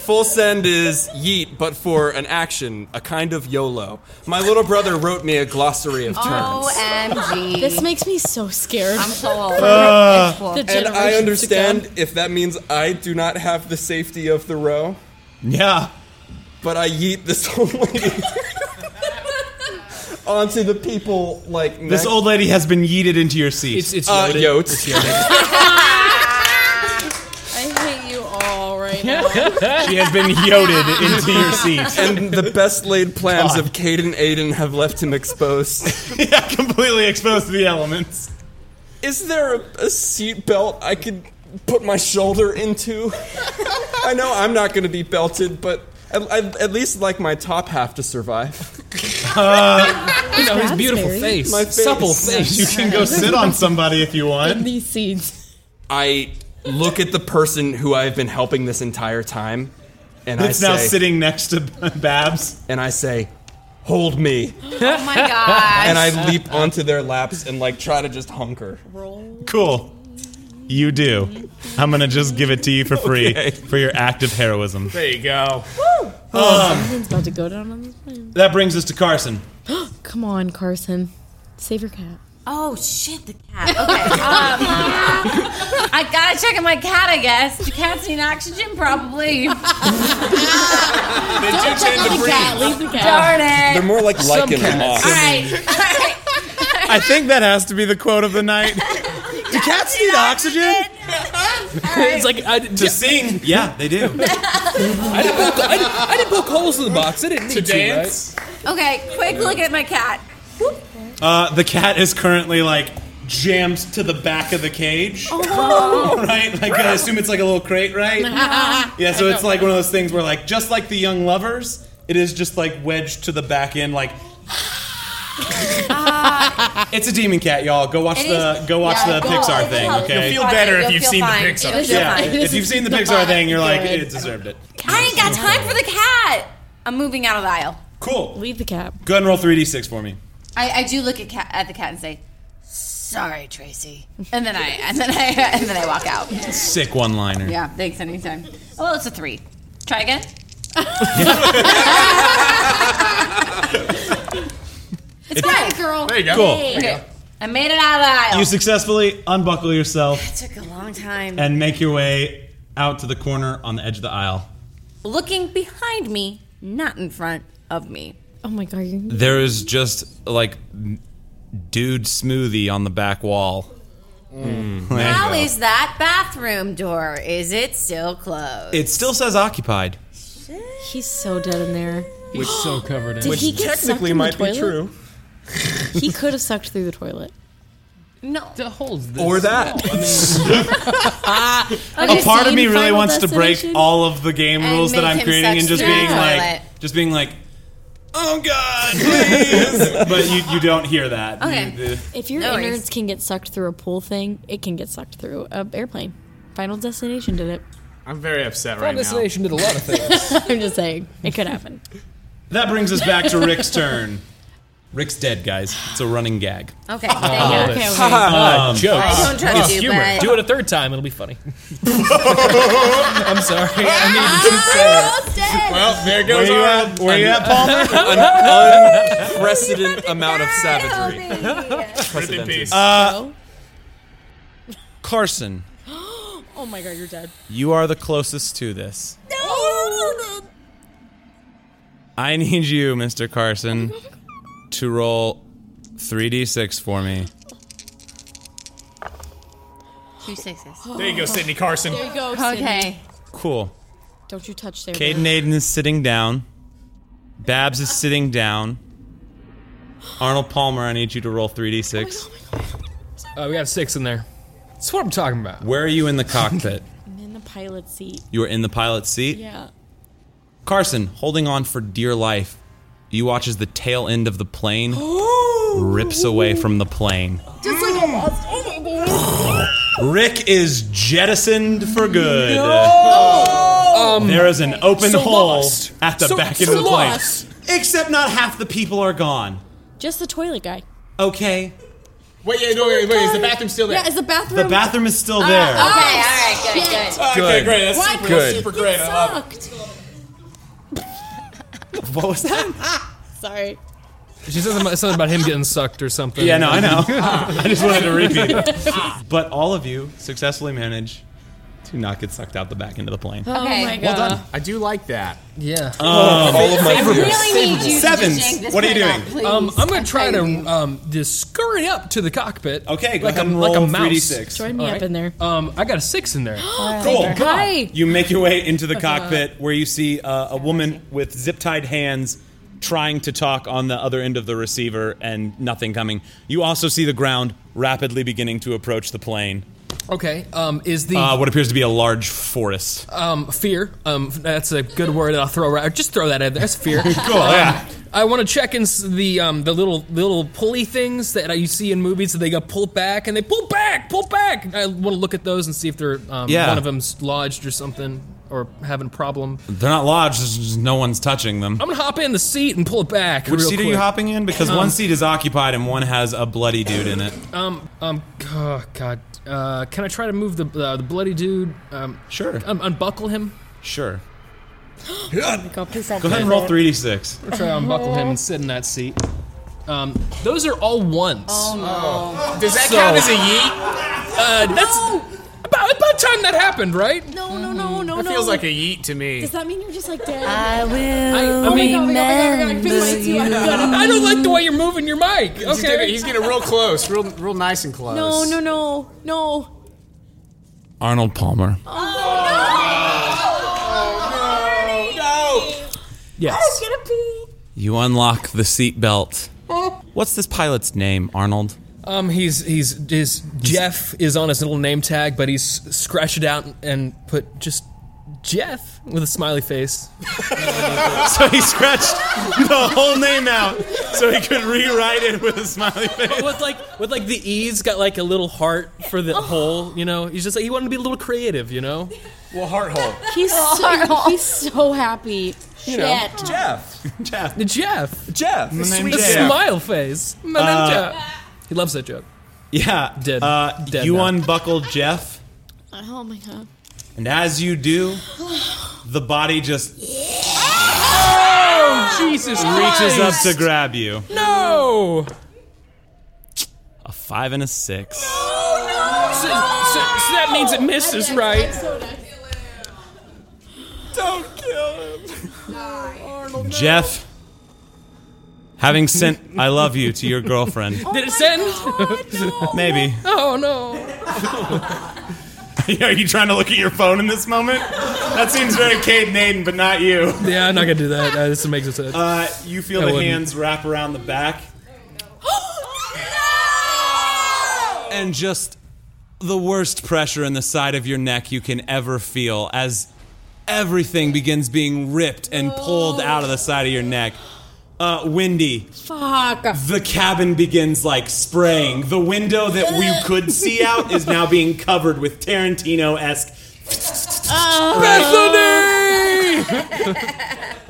Full send is yeet, but for an action, a kind of YOLO. My little brother wrote me a glossary of
Oh.
terms.
OMG! This makes me so scared. I'm so
old.
Uh,
the
and
generations
I
to
understand
come.
if that means I do not have the safety of the row.
Yeah.
But I yeet this old lady onto the people like
This
next-
old lady has been yeeted into your seat. It's,
it's Uh, yoded. yotes. It's
I hate you all right
she has been yoded into your seat.
And the best laid plans of Cade and Aiden have left him exposed.
yeah, completely exposed to the elements.
Is there a, a seatbelt I could put my shoulder into? I know I'm not going to be belted, but I, I, at least like my top half to survive.
Uh, You know, his beautiful
Raspberry.
face.
My face.
Supple face.
You can go sit on somebody if you want.
these seeds.
I look at the person who I've been helping this entire time, and
That's
I say,
now sitting next to Babs,
and I say, "Hold me."
Oh my gosh.
And I leap onto their laps and like try to just hunker.
Cool. You do. I'm gonna just give it to you for free
Okay.
for your act of heroism.
There you go.
Um,
Something's about to go down on this plane.
That brings us to Carson.
Come on, Carson. Save your cat.
Oh shit, the cat. Okay. Um, I gotta check on my cat, I guess. Do cats need oxygen? Probably.
They
Don't
check on the cat. Leave the cat.
Darn it.
They're more like
Some
lichen
cats.
moss.
All right.
I think that has to be the quote of the night. Do cats need oxygen?
it's like I,
To sing? Yeah, they do.
I didn't, poke, I, didn't, I didn't poke holes in the box. I didn't need to,
dance?
Okay, quick look at my cat.
Uh, the cat is currently like jammed to the back of the cage.
Oh.
right? Like I assume it's like a little crate, right? yeah, so it's like one of those things where like just like the young lovers, it is just like wedged to the back end like it's a demon cat, y'all. Go watch
It
the
is-
go watch
yeah,
the
go-
Pixar
it'll
thing,
help.
okay?
You'll feel better if You'll you've feel seen the fine. Pixar. It'll feel
Yeah,
fine.
if you've seen the Pixar thing, you're like it deserved it.
I ain't got time for the cat. I'm moving out of the aisle.
Cool.
Leave the cat.
Go ahead and roll 3d6 for me.
I, I do look at cat, at the cat and say, "Sorry, Tracy," and then I and then I and then I walk out.
Sick one-liner.
Yeah, thanks anytime. Oh, well, it's a three. Try again. it's great, girl.
There you go. Cool. There you
Okay. I made it out of the aisle.
You successfully unbuckle yourself
It took a long time.
and make your way out to the corner on the edge of the aisle.
Looking behind me, not in front,
of me.
Oh my god, you
There is just like m- dude smoothie on the back wall. There you
How
go.
is that bathroom door? Is it still closed?
It still says occupied.
He's so dead in there.
Which so covered
Did he get sucked in the toilet? he could have sucked through the toilet.
No.
The holes.
Or that.
Okay,
Oh, a part of
scene,
me really
Final
wants to break
Destination?
all of the game
And
rules that
make
I'm
him
creating and
suck
just
through
being
the
like,
toilet.
just being like, oh god, please. but you, you don't hear that.
Okay.
You- the-
If your
No worries.
innards can get sucked through a pool thing, it can get sucked through a airplane. Final Destination did it.
I'm very upset
Final
right now.
Destination
did a lot of things.
I'm just saying, it could happen.
that brings us back to Rick's turn. Rick's dead, guys. It's a running gag.
Okay.
Oh,
thank you.
this.
Um,
jokes.
I don't trust
It's
you,
humor.
but-
Do it a third time; it'll be funny. I'm sorry. I needed to say it.
Well, there
goes
Where you
our-
at, where you
un-
at Palmer?
Um, An unprecedented amount of savagery.
Precedent.
peace. Uh, Carson,
Oh my god, you're dead.
you are the closest to this.
No!
I need you, Mr. Carson, to roll 3d6 for me.
Two sixes.
There you go, Sydney Carson.
There you go,
Okay.
Sydney.
Cool.
Don't you touch there.
Caden Aiden is sitting down. Babs is sitting down. Arnold Palmer, I need you to roll 3d6.
Oh
Uh, we got a six in there. That's what I'm talking about.
Where are you in the cockpit?
I'm in the pilot seat.
You are in the pilot's seat.
Yeah.
Carson, holding on for dear life, you watch as the tail end of the plane rips away from the plane.
Just like a lost. Oh my god.
Rick is jettisoned for good.
No!
Um, there is an open
so
hole
lost.
at the
So-
back end
so
of the plane.
lost.
Except not half the people are gone.
Just the toilet guy.
Okay.
Wait, yeah, no, wait, wait, is the bathroom still there?
Yeah, is the bathroom.
The bathroom is still
Ah,
there.
ah,
Okay, all right, good,
shit.
good.
Okay, great. That's
Why
super,
couldn't
super
you
great. I love it.
What was that?
Sorry.
She said something something about him getting sucked or something.
Yeah, no, I know. I just wanted to repeat it. But all of you successfully manage to not get sucked out the back end of the plane.
Oh my god.
Well done. I do like that.
Yeah.
Um, all of my I really favorites.
need you to
Sevens. jank this What are you plane out, doing? please.
um, I'm going to try
I
to um, just scurry up to the cockpit.
Okay, go
like
ahead
a,
and
like a
roll
mouse.
3d6. Join
me up in there.
Um, I got a six in there.
Cool.
Hi.
You make your way into the
That's
cockpit where you see uh, a woman with zip tied hands trying to talk on the other end of the receiver and nothing coming. You also see the ground rapidly beginning to approach the plane.
Okay. Um, is the
Uh, what appears to be a large forest.
um, fear? Um, that's a good word. That I'll throw right. Just throw that in there. That's fear. cool.
yeah.
I want to check in s- the um, the little little pulley things that you see in movies that they got pulled back and they pull back, pull back. I want to look at those and see if they're um,
Yeah.
one of them's lodged or something or having a problem.
They're not lodged, there's just no one's touching them.
I'm gonna hop in the seat and pull it back.
Which
real
seat are
quick.
you hopping in? Because
Um,
one seat is occupied and one has a bloody dude in it.
Um, um, oh, God. Uh, can I try to move the uh, the bloody dude? Um,
sure.
Um, unbuckle him.
Sure.
Go
Go ahead and roll 3d6.
Or try to unbuckle him and sit in that seat. Um, those are all ones.
Oh. Does that count as a yeet?
Uh, that's about about time that happened, right?
No, no, no, no,
Mm-hmm. That
no.
feels like a Uh, yeet to me.
Does that mean you're just like dead?
I will
I- I
oh my god, oh my god, oh my god, oh my god,
remember
I feel like you. I'm
I don't like the way you're moving your mic. Okay.
He's getting, he's getting real close, real, real nice and close.
No, no, no, no.
Arnold Palmer.
No!
Yes.
I'm gonna pee.
You unlock the seatbelt. What's this pilot's name, Arnold?
Um, he's he's his Jeff is on his little name tag, but he's scratched it out and put just Jeff with a smiley face.
so he scratched the whole name out so he could rewrite it with a smiley face.
With like with like the E's got like a little heart for the hole, you know. He's just like he wanted to be a little creative, you know.
Well, heart hole.
He's so, he's so happy.
You
Shit.
know.
Jeff. Jeff.
Jeff.
Jeff.
The,
My name's Jeff.
smile face. My
Uh,
name's Jeff. He loves that joke.
Yeah.
Dead.
Uh,
Dead
you
now.
unbuckled Jeff,
Oh my god.
and as you do, the body just
Oh, Jesus
reaches up to grab you.
No.
A five and a six.
So, so- so that means it misses, right?
Don't kill him. Arnold,
Jeff Having sent I love you to your girlfriend.
Did it send?
Maybe.
Oh no.
Are you trying to look at your phone in this moment? That seems very Cade Naden, but not you.
Yeah, I'm not gonna do that. Uh, this makes no sense.
Uh, you feel
I
the
wouldn't.
hands wrap around the back. and just the worst pressure in the side of your neck you can ever feel as everything begins being ripped and pulled out of the side of your neck. Uh, windy.
Fuck.
The cabin begins like spraying. The window that we could see out is now being covered with Tarantino esque.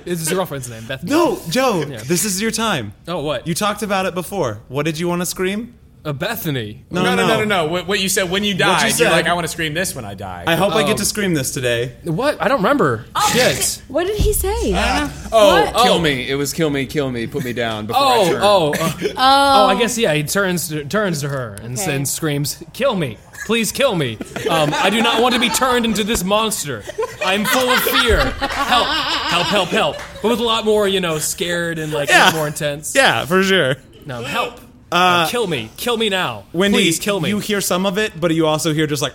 This is your girlfriend's name, Beth.
No, Joe, this is your time.
Oh, what?
You talked about it before. What did you want to scream?
Uh, Bethany.
No, no,
no, no, no, no. What, what you said when you died, you
said.
are like, I want to scream this when I die.
I hope I
Oh.
get to scream this today.
What? I don't remember. Shit.
Oh, What did he say?
Oh,
What?
kill me. It was kill me, kill me, put me down before I
Oh,
turn.
oh, uh, oh!
Oh.
I guess yeah. He turns to, turns to her and
Okay.
then screams, "Kill me, please kill me! Um, I do not want to be turned into this monster. I'm full of fear. Help, help, help, help!" But with a lot more, you know, scared and like a
Yeah.
lot more intense.
Yeah, for sure.
No, help!
Uh,
kill me, kill me now.
Wendy,
please kill me.
You hear some of it, but you also hear just like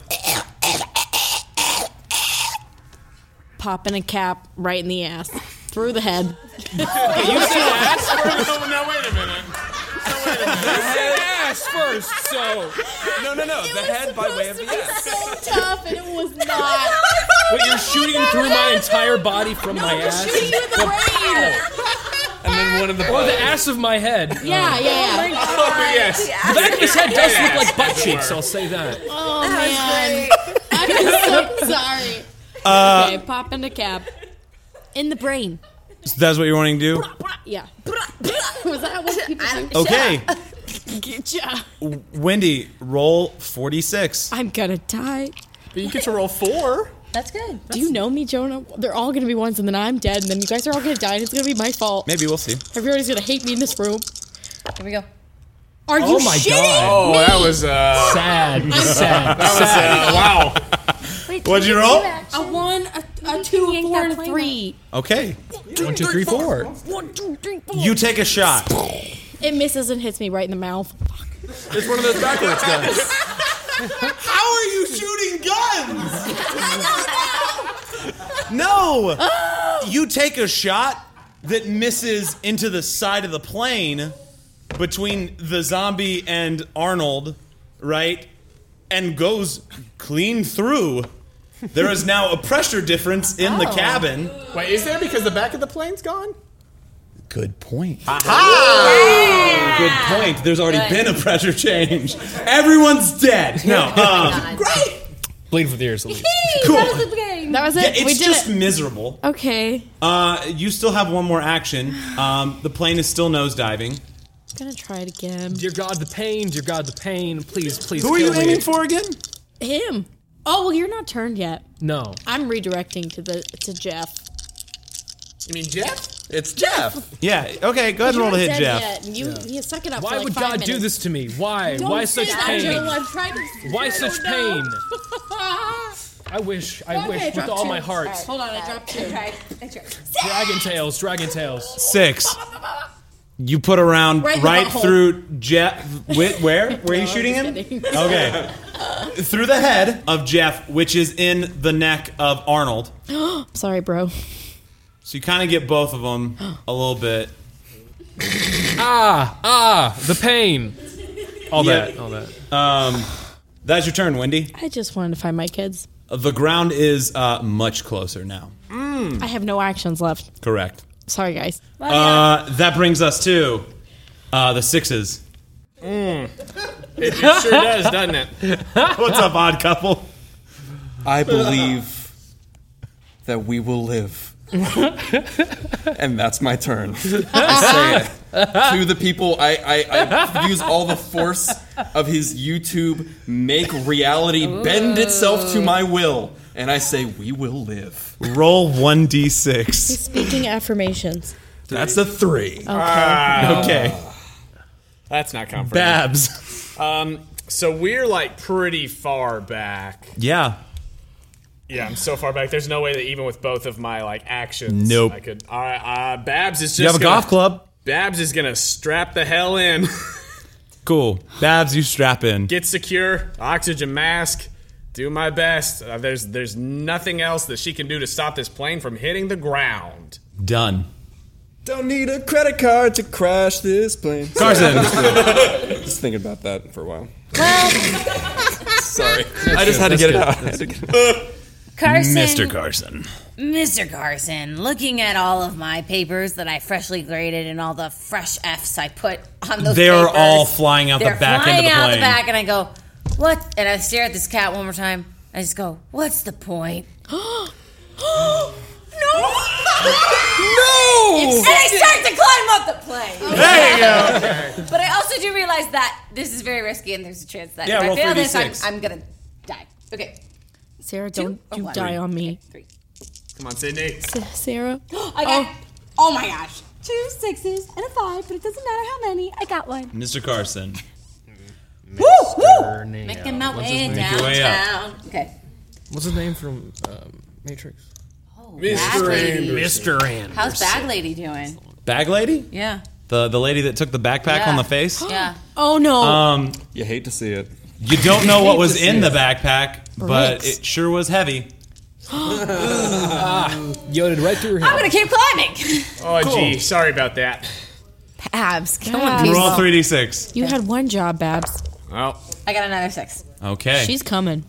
Popping a cap right in the ass. Through the head.
Oh. no, no, wait a minute.
ass first, so
no, no, no. The head by way of the ass.
tough and it was not.
Wait, you're shooting through my entire body from my
I'm
ass,
shooting you in the brain.
and then one of the or the ass of my head.
Yeah, yeah, yeah.
Oh,
yes.
The back of his head does
Yeah.
look like butt cheeks. I'll say that.
Oh man, I'm so sorry.
Uh,
okay, pop in the cap. In the brain.
That's what you're wanting to do?
Yeah. was that what people do?
Okay.
Getcha.
W- Wendy, roll 46.
I'm gonna die.
But you get to roll four.
That's good. Do you know me, Jonah? They're all gonna be ones, and then I'm dead, and then you guys are all gonna die, and it's gonna be my fault.
Maybe we'll see.
Everybody's gonna hate me in this room.
Here we go.
Are you
Oh my
shitting
God. Oh,
me?
that was, uh,
sad.
That was
sad.
uh, wow.
What'd you roll?
A one, a, a two, a four, and a three.
Okay.
One, two, three, four.
One, two, three, four.
You take a shot.
It misses and hits me right in the mouth.
It's one of those backwards guns.
How are you shooting guns? No! you take a shot that misses into the side of the plane between the zombie and Arnold, right? And goes clean through. There is now a pressure difference in the
Oh.
cabin.
Wait, is there because the back of the plane's gone?
Good point.
Aha!
Good point. There's already
Good.
been a pressure change. Everyone's dead. No. Um,
Great.
Bleed for the ears at least.
Cool.
That was the game. That was it.
yeah, it's
we did
just
it.
miserable.
Okay.
Uh, you still have one more action. Um, the plane is still nosediving.
gonna try it again.
Dear God, the pain. Dear God, the pain. Please, please.
Who are
kill
you
me.
aiming for again?
Him. Oh well, you're not turned yet.
No.
I'm redirecting to the to Jeff.
You mean Jeff?
It's Jeff. Yeah. Okay. Go ahead and
You're
roll to
not
hit
dead
Jeff.
Yet. and You, you suck it up.
Why
for like
would
five
God
minutes.
do this to me? Why?
Don't
Why
say
such
that,
pain?
Joe. I'm trying to-
Why
I
such
don't know.
I wish. I
Okay,
wish
I
with
dropped
all
two.
my heart.
Alright, hold on, I dropped two.
Dragon tails. Dragon tails.
Six. You put around
Right
right,
in the butthole.
through Jeff. Wh- where? Where are you shooting him? Okay. through the head of Jeff, which is in the neck of Arnold.
Sorry, bro.
So you kind of get both of them a little bit.
Ah, ah, the pain. All
Yeah.
that. All that.
Um, that's your turn, Wendy.
I just wanted to find my kids.
The ground is uh, much closer now.
I have no actions left.
Correct.
Sorry, guys.
Uh, that brings us to uh, the sixes.
Mm. It, it sure does, doesn't it?
What's up, odd couple?
I believe that we will live. and that's my turn. I say it to the people. I, I, I use all the force of his YouTube make reality bend itself to my will. And I say, we will live.
Roll 1d6.
Speaking affirmations.
That's a three.
Okay.
Uh, okay.
That's not comfortable.
Babs.
Um, so we're like pretty far back.
Yeah.
Yeah, I'm so far back. There's no way that even with both of my like actions,
Nope.
I could. All right, uh, Babs is just.
you have a
gonna-
golf club.
Babs is gonna strap the hell in.
Cool. Babs, you strap in.
Get secure. Oxygen mask. Do my best. Uh, there's there's nothing else that she can do to stop this plane from hitting the ground.
Done.
Don't need a credit card to crash this plane.
Carson.
just thinking about that for a while. Sorry, I just had to get it out. I had to get it out.
Carson.
Mr. Carson.
Mr. Carson, looking at all of my papers that I freshly graded and all the fresh F's I put on those
They are
papers,
all flying out the
they're
back
flying
end of the
out
plane.
back, and I go, what? And I stare at this cat one more time. I just go, what's the point? no!
No!
And I start to climb up the plane.
There
you go. but I also do realize that this is very risky and there's a chance that
Yeah,
if
roll
I fail this, I'm,
3d6.
I'm going to die. Okay.
Sarah,
Two
don't
or
you
one?
die on me.
Come on, Sydney.
S- Sarah.
I got. Oh. my gosh. Two sixes and a five, but it doesn't matter how many. I got one.
Mr. Carson.
Woo! Woo!
Making my
What's
way
his name? Make your way up.
downtown. Okay.
What's his name from um, Matrix?
Bag lady.
Mr. Anderson.
How's Bag Lady doing?
Bag lady?
Yeah.
The the lady that took the backpack
Yeah.
on the face?
Yeah.
Oh no.
Um,
you hate to see it.
You don't know
You
what
hate
was
to
in
see
the
it.
backpack, but
Bricks.
it sure was heavy.
Yoded right through
I'm going to keep climbing.
Oh,
Cool.
gee, sorry about that.
Abs, come
on,
Roll 3d6.
You had one job, Babs.
Well,
I got another six.
okay.
She's coming.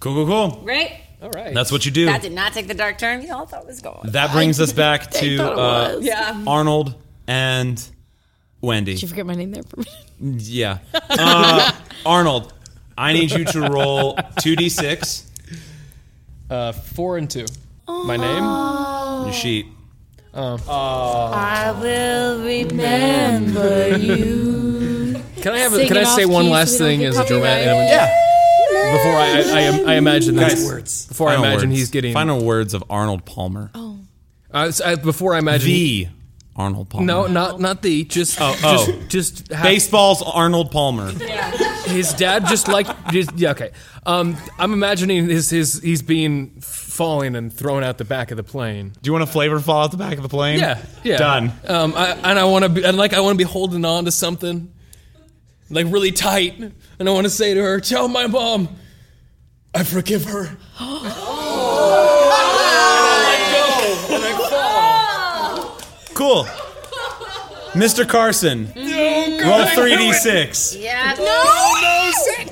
Cool, cool, cool.
Great.
All right.
That's what you do.
That did not take the dark turn. You all thought it was going.
That brings us back to uh,
yeah.
Um,
Arnold and Wendy.
Did you forget my name there for me?
Yeah. Uh, Arnold, I need you to roll 2d6.
Uh, four and two. My
Oh.
Your
name?
sheet.
Um,
I will remember you.
Can I have? A, can I say one last thing as a dramatic? Before I, I, I, I imagine that-
Guys,
Before I
final
imagine
words.
he's getting.
Final words of Arnold Palmer.
Oh.
Uh, so I- before I imagine
The Arnold Palmer.
No, not not the just
Oh, oh.
just just
Baseball's Arnold Palmer.
His dad just like just, yeah okay. Um, I'm imagining his his he's being falling and thrown out the back of the plane.
Do you want a flavor fall out the back of the plane?
Yeah, yeah.
Done.
Um, I, and I want to be and like I want to be holding on to something, like really tight, and I want to say to her, "Tell my mom, I forgive her."
Cool. Mr. Carson, roll 3d6.
Yeah.
No!
No,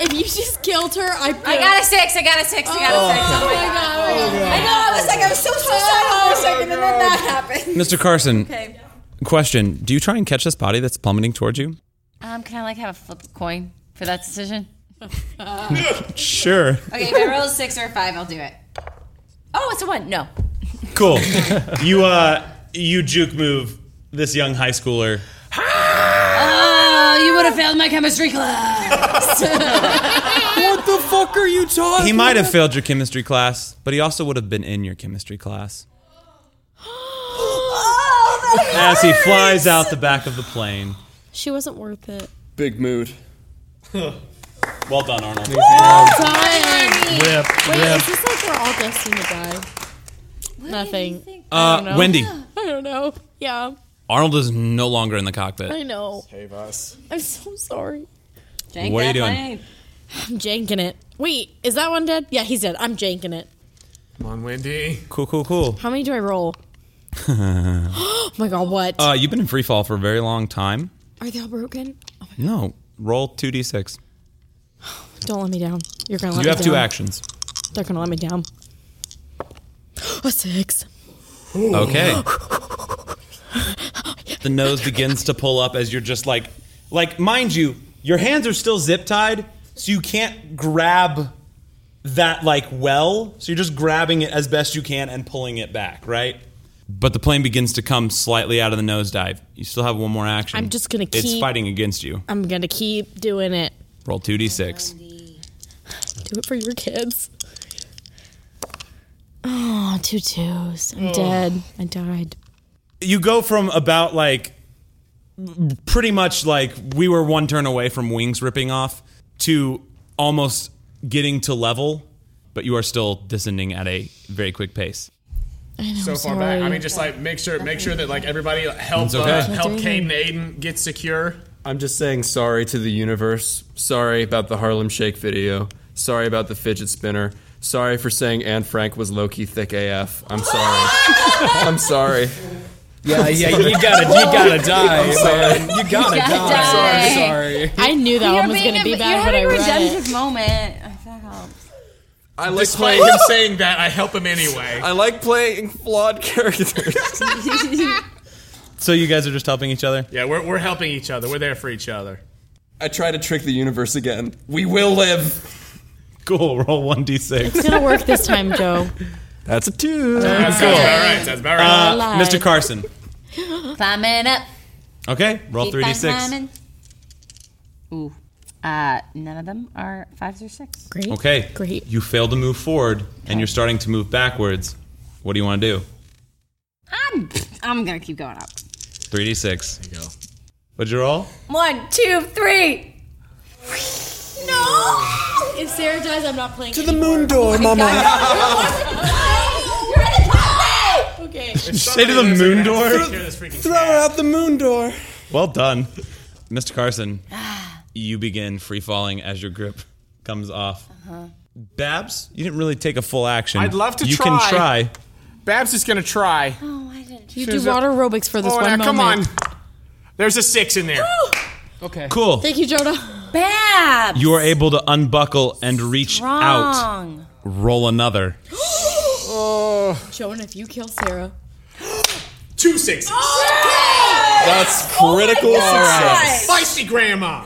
If you just killed her, I.
I got a six. I got a six. I got a six. Oh, my god. Oh, I know. I was like, I was so suicidal for a second, and then that happened.
Mr. Carson,
Okay.
question Do you try and catch this body that's plummeting towards you?
Um, can I like have a flip coin for that decision?
Sure.
Okay, if I roll a six or a five, I'll do it. Oh, it's a one. No.
Cool. you, uh, you juke move this young high schooler.
Oh, you would have failed my chemistry class. what
the fuck are you talking?
He might have failed your chemistry class, but he also would have been in your chemistry class.
Oh,
As he flies out the back of the plane.
She wasn't worth it.
Big mood.
Well done, Arnold. Rip,
Wait,
rip.
is this like we're all destined to die? Nothing.
Uh,
I don't know.
Wendy.
I don't know. Yeah,
Arnold is no longer in the cockpit.
Oh,
I know.
Save us.
I'm so sorry.
Jank What are you that doing?
I'm janking it. Wait, is that one dead? Yeah, he's dead. I'm janking it.
Come on, Wendy.
Cool, cool, cool.
How many do I roll? Oh my god, what?
uh, you've been in free fall for a very long time.
Are they all broken?
No, roll 2d6.
Don't let me down. You're gonna let
You
me
have two
down.
actions.
They're gonna let me down. A six.
Okay. the nose begins to pull up as you're just like, like, mind you, your hands are still zip tied, so you can't grab that like well. So you're just grabbing it as best you can and pulling it back, right? But the plane begins to come slightly out of the nosedive. You still have one more action.
I'm just gonna
It's
keep-
fighting against you.
I'm gonna keep doing it.
Roll two d six.
Do it for your kids. Oh, two twos. I'm dead. I died.
you go from about like pretty much like we were one turn away from wings ripping off to almost getting to level, but you are still descending at a very quick pace.
so far
sorry.
back. I mean, just like make sure make sure that like everybody like, help
It's okay.
uh, help Caden Aiden get secure.
I'm just saying
sorry to the universe. Sorry about the Harlem Shake video. Sorry about the fidget spinner. Sorry for saying Anne Frank was low key thick AF. I'm sorry. I'm sorry.
Yeah,
I'm
yeah,
sorry.
you gotta- you gotta die,
I'm sorry.
man. You gotta
die.
I'm sorry.
I knew that
You're
one was
being
going to
a-
be
You're
bad, but
having
I
a
read it.
redemptive moment. Oh, That helps.
I like Despite
playing-
him saying that, I help him anyway.
I like playing flawed characters.
So you guys are just helping each other?
Yeah, we're, we're helping each other. We're there for each other.
I try to trick the universe again. We will live.
Cool. Roll one d6.
It's going to work this time, Joe.
That's a two.
That's
cool.
about right,
That's
about right.
Uh, Mr. Carson.
Climbing up.
Okay, roll
Keep
three d
on
six.
climbing. Ooh. Uh, none of them are fives or six. Great.
Okay.
Great.
You fail to move forward, and you're starting to move backwards. What do you want to do?
I'm, I'm going to keep going up.
Three d six. There you go. What'd you roll?
One, two, three.
No! If Sarah dies, I'm not playing To
the moon door,
Okay.
Say to the moon door.
Throw out the moon door.
Well done, Mr. Carson. You begin free falling as your grip comes off. Babs, you didn't really take a full action.
I'd love to
You
try.
can try.
Babs is gonna try.
Oh,
You
She's
do
a-
water aerobics for this
Oh,
one
now,
moment.
come on. There's a six in there.
okay.
Cool.
Thank you, Jonah. Bab.
You are able to unbuckle and reach out.
Strong.
Roll another.
oh. Jonah, if you kill Sarah.
Two sixes.
That's
Oh
critical
Feisty grandma.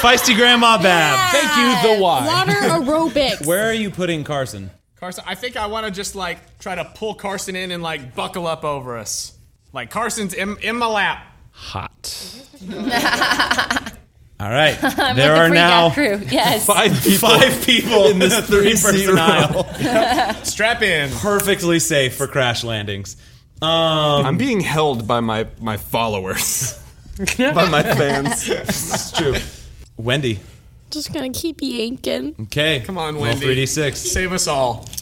Feisty Grandma Bab. Thank you, the Y.
Water
Oh,
aerobics.
Where are you putting Carson?
Carson, I think I want to just like try to pull Carson in and like buckle up over us. Like Carson's in, in my lap.
Hot. All right. there
with the
are
freak
now
out crew, yes.
five people, five people in this
three-seat
three-person
row.
aisle.
Strap in.
Perfectly safe for crash landings. Um,
I'm being held by my my followers, by my fans.
it's true. Wendy.
Just gonna keep yanking.
Okay. Come
on,
Roll
Wendy.
3d6.
Save us all.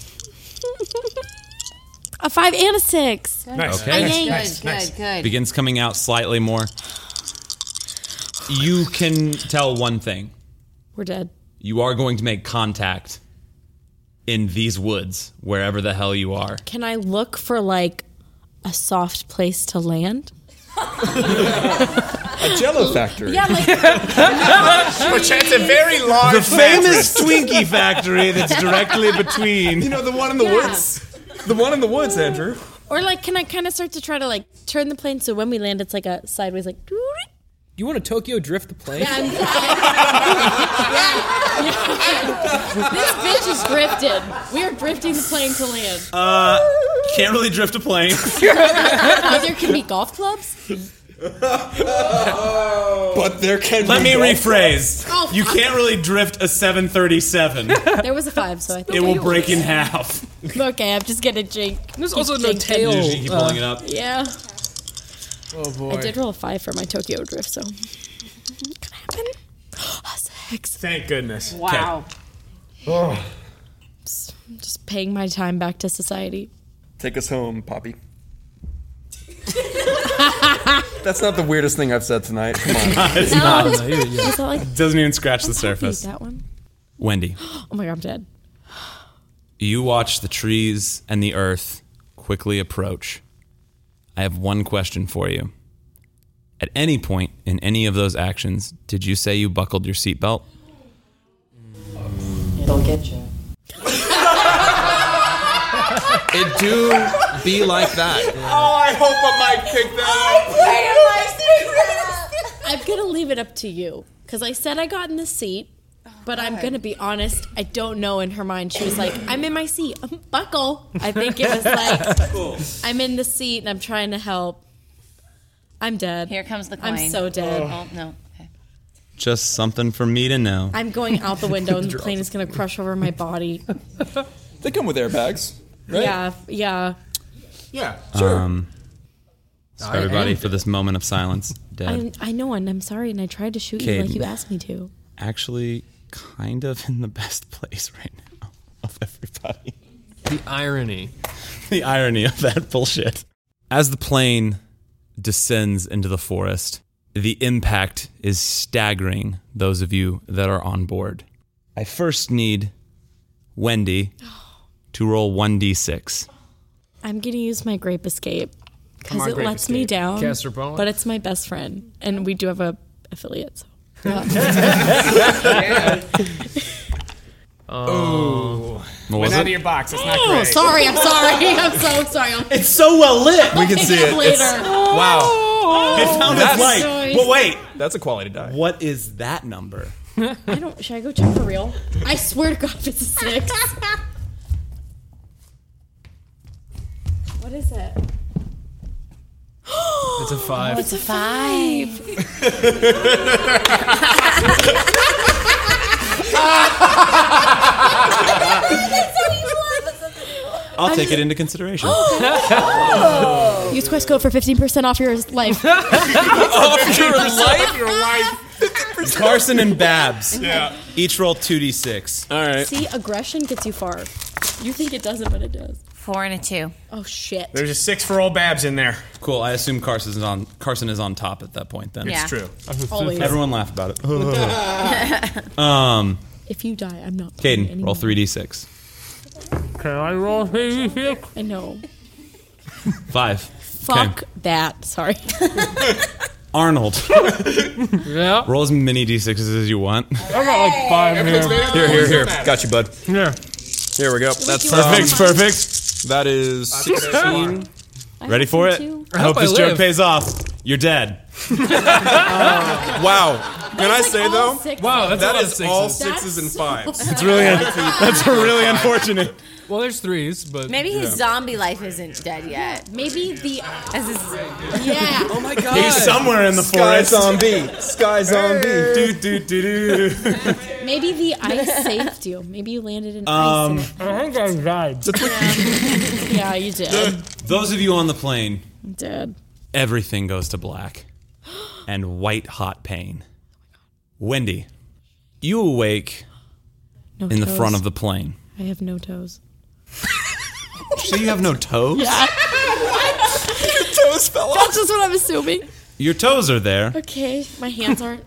A five and a six.
Nice. Okay.
I
Nice,
yanked.
nice, nice.
good.
Begins coming out slightly more. You can tell one thing.
We're dead.
You are going to make contact in these woods, wherever the hell you are.
Can I look for like a soft place to land?
A Jello factory.
Yeah, like
Which has a very large
the famous
mattress.
Twinkie factory that's directly between. You
know the one in
the Yeah. woods?
The one in the woods, Andrew.
or like can I kind of start to try to like turn the plane so when we land it's like a sideways like
You want to Tokyo drift the plane?
this bitch is drifted. We are drifting the plane to land.
Uh, can't really drift a plane.
there can be golf clubs.
But there can.
Let
be
me
golf
rephrase.
Oh,
you
fuck.
can't really drift a 737.
There was a five, so I think
it will break in half.
Okay, I'm just gonna drink.
There's
keep
also no
drinking.
tail.
You just keep pulling it up.
Yeah,
Oh boy.
I did roll a five for my Tokyo drift, so could happen. A six.
Thank goodness.
Wow.
Oh.
I'm just paying my time back to society.
Take us home, Poppy. That's not the weirdest thing I've said tonight. Come on.
It's
No.
not.
Is that like-
Doesn't even scratch the
Please,
surface.
that one.
Wendy,
Oh my god, I'm dead.
you watch the trees and the earth quickly approach. I have one question for you. At any point in any of those actions, did you say you buckled your seatbelt?
It'll get you.
It do be like that.
Oh, I hope I might pick that
I'm gonna leave it up to you because I said I got in the seat, but I'm gonna be honest. I don't know. In her mind, she was like, "I'm in my seat. Buckle." I think it was like, "I'm in the seat and I'm trying to help." I'm dead. Here
comes the coin.
I'm so dead.
Oh, no.
Just something for me to know.
I'm going out the window and the plane is gonna crush over my body.
They come with airbags, right?
Yeah, yeah.
Yeah.
Um, so
I
everybody
am
for this moment of silence. Dead.
I, I know, and I'm sorry, and I tried to shoot you
Caden.
like you asked me to.
Actually, kind of in the best place right now of everybody.
The irony.
the irony of that bullshit. As the plane descends into the forest, the impact is staggering those of you that are on board. I first need Wendy to roll 1d6.
I'm gonna use my grape escape
Come
because
on,
it
grape
lets me
escape.
down.
Cast your bone.
But it's my best friend, and we do have a affiliate. So.
Oh. What was
Went out of
it?
your box. It's not
Oh,
great.
sorry, I'm sorry. I'm so sorry. I'm
It's so well lit.
We can see it. It's- Later.
Oh!
wow.
It found its
that's,
light.
But wait,
that's a quality die.
What is that number?
I don't. Should I go check for real? I swear to God, it's a six. what is it?
It's a five.
It's a five.
I'll take it into consideration.
oh,
Use quest code for 15% off your life.
Off your life?
Your life.
Carson and Babs.
Yeah.
Each roll 2d6. All right.
See, aggression gets you far. You think it doesn't, but it does.
Four and a two.
Oh shit.
There's a six for old Babs in there. Cool. I assume Carson is on Carson is on top at that point. Then
It's Yeah. true. Always.
Everyone laugh about it. um,
if you die, I'm not.
Caden, roll three d six.
Can I roll three d six?
I know.
Five.
Fuck that. Sorry.
Arnold.
yeah.
Roll as many d sixes as you want.
I got like five
Everything's made
here.
up. Here, here, here. Got
you, bud.
Yeah.
Here we go. That's
Perfect,
perfect. That is
think that's
sixteen.
Ready for it? I hope,
I
this
live.
joke pays off. You're dead.
Wow. Can I say though?
Wow, that's
That
a lot
is
of sixes.
all sixes and fives.
It's really that's really unfortunate.
Well, there's threes, but
Maybe his
yeah.
zombie life isn't dead yet.
Maybe the
as his,
yeah.
Oh my
He's somewhere in the
Sky
forest.
zombie. Sky zombie.
Do do do do.
Maybe the ice saved you. Maybe you landed in
Um,
ice.
I think I died.
Yeah, you did.
Those of you on the plane,
I'm dead.
everything goes to black and white hot pain. Wendy, you awake
No
in the
toes.
front of the plane.
I have no toes.
So you have no toes?
Your toes fell off. That's just what I'm assuming.
Your toes are there.
Okay, my hands aren't.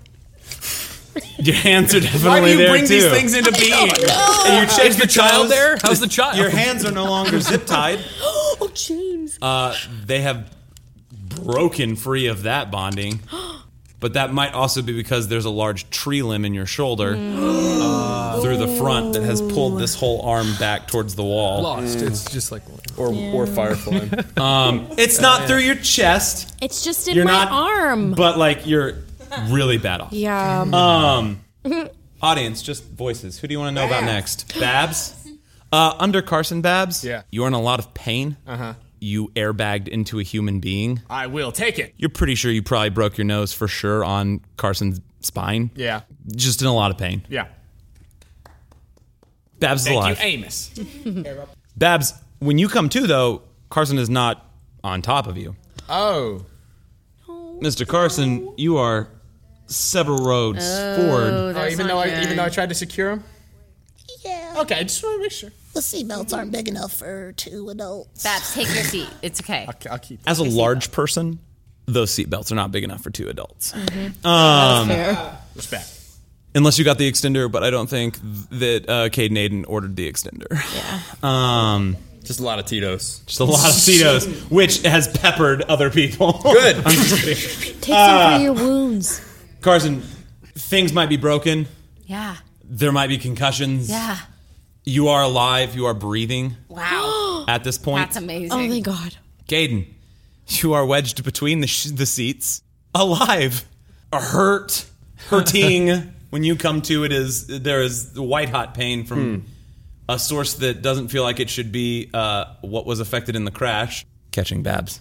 Your hands are definitely
Why do you
there
bring
too.
these things into being?
And you check
Is the child there? How's the child?
Your hands are no longer zip tied.
oh, James.
Uh, they have broken free of that bonding. But that might also be because there's a large tree limb in your shoulder uh, through the front that has pulled this whole arm back towards the wall.
Lost. It's just like
or
or
firefly.
Um, it's
Yeah,
not
yeah.
through your chest,
It's just in
You're
my
not-
arm.
but like you're really bad off.
yeah.
Um, audience, just voices. Who do you want to know about next? Babs. Uh, under Carson Babs. Yeah. You're in a lot of pain. Uh huh. You airbagged into a human being.
I will take it.
You're pretty sure you probably broke your nose for sure on Carson's spine.
Yeah.
Just in a lot of pain.
Yeah.
Babs is
Thank
alive.
you, Amos.
Babs, when you come to though, Carson is not on top of you.
oh.
Mr. Carson, you are several roads forward.
Oh, even though I even though I tried to secure him.
Yeah.
Okay, I just want to make sure.
The seatbelts aren't big enough for two adults.
Babs, take your seat. It's okay.
I'll keep.
As a large person, those seatbelts are not big enough for two adults.
Mhm.
Um,
Respect.
Unless you got the extender, but I don't think th- that uh, Cade Naden ordered the extender. Yeah. Um,
just a lot of Tito's.
Just a lot of Tito's, which has peppered other people. Good. I'm just kidding.
Take some
Ah.
Uh,
for your wounds.
Carson, things might be broken.
Yeah.
There might be concussions.
Yeah.
You are alive. You are breathing
Wow.
at this point.
That's amazing.
Oh my god.
Caden, you are wedged between the, sh- the seats, alive, hurt, hurting. when you come to, it is there is white hot pain from a source that doesn't feel like it should be uh, what was affected in the crash. Catching Babs.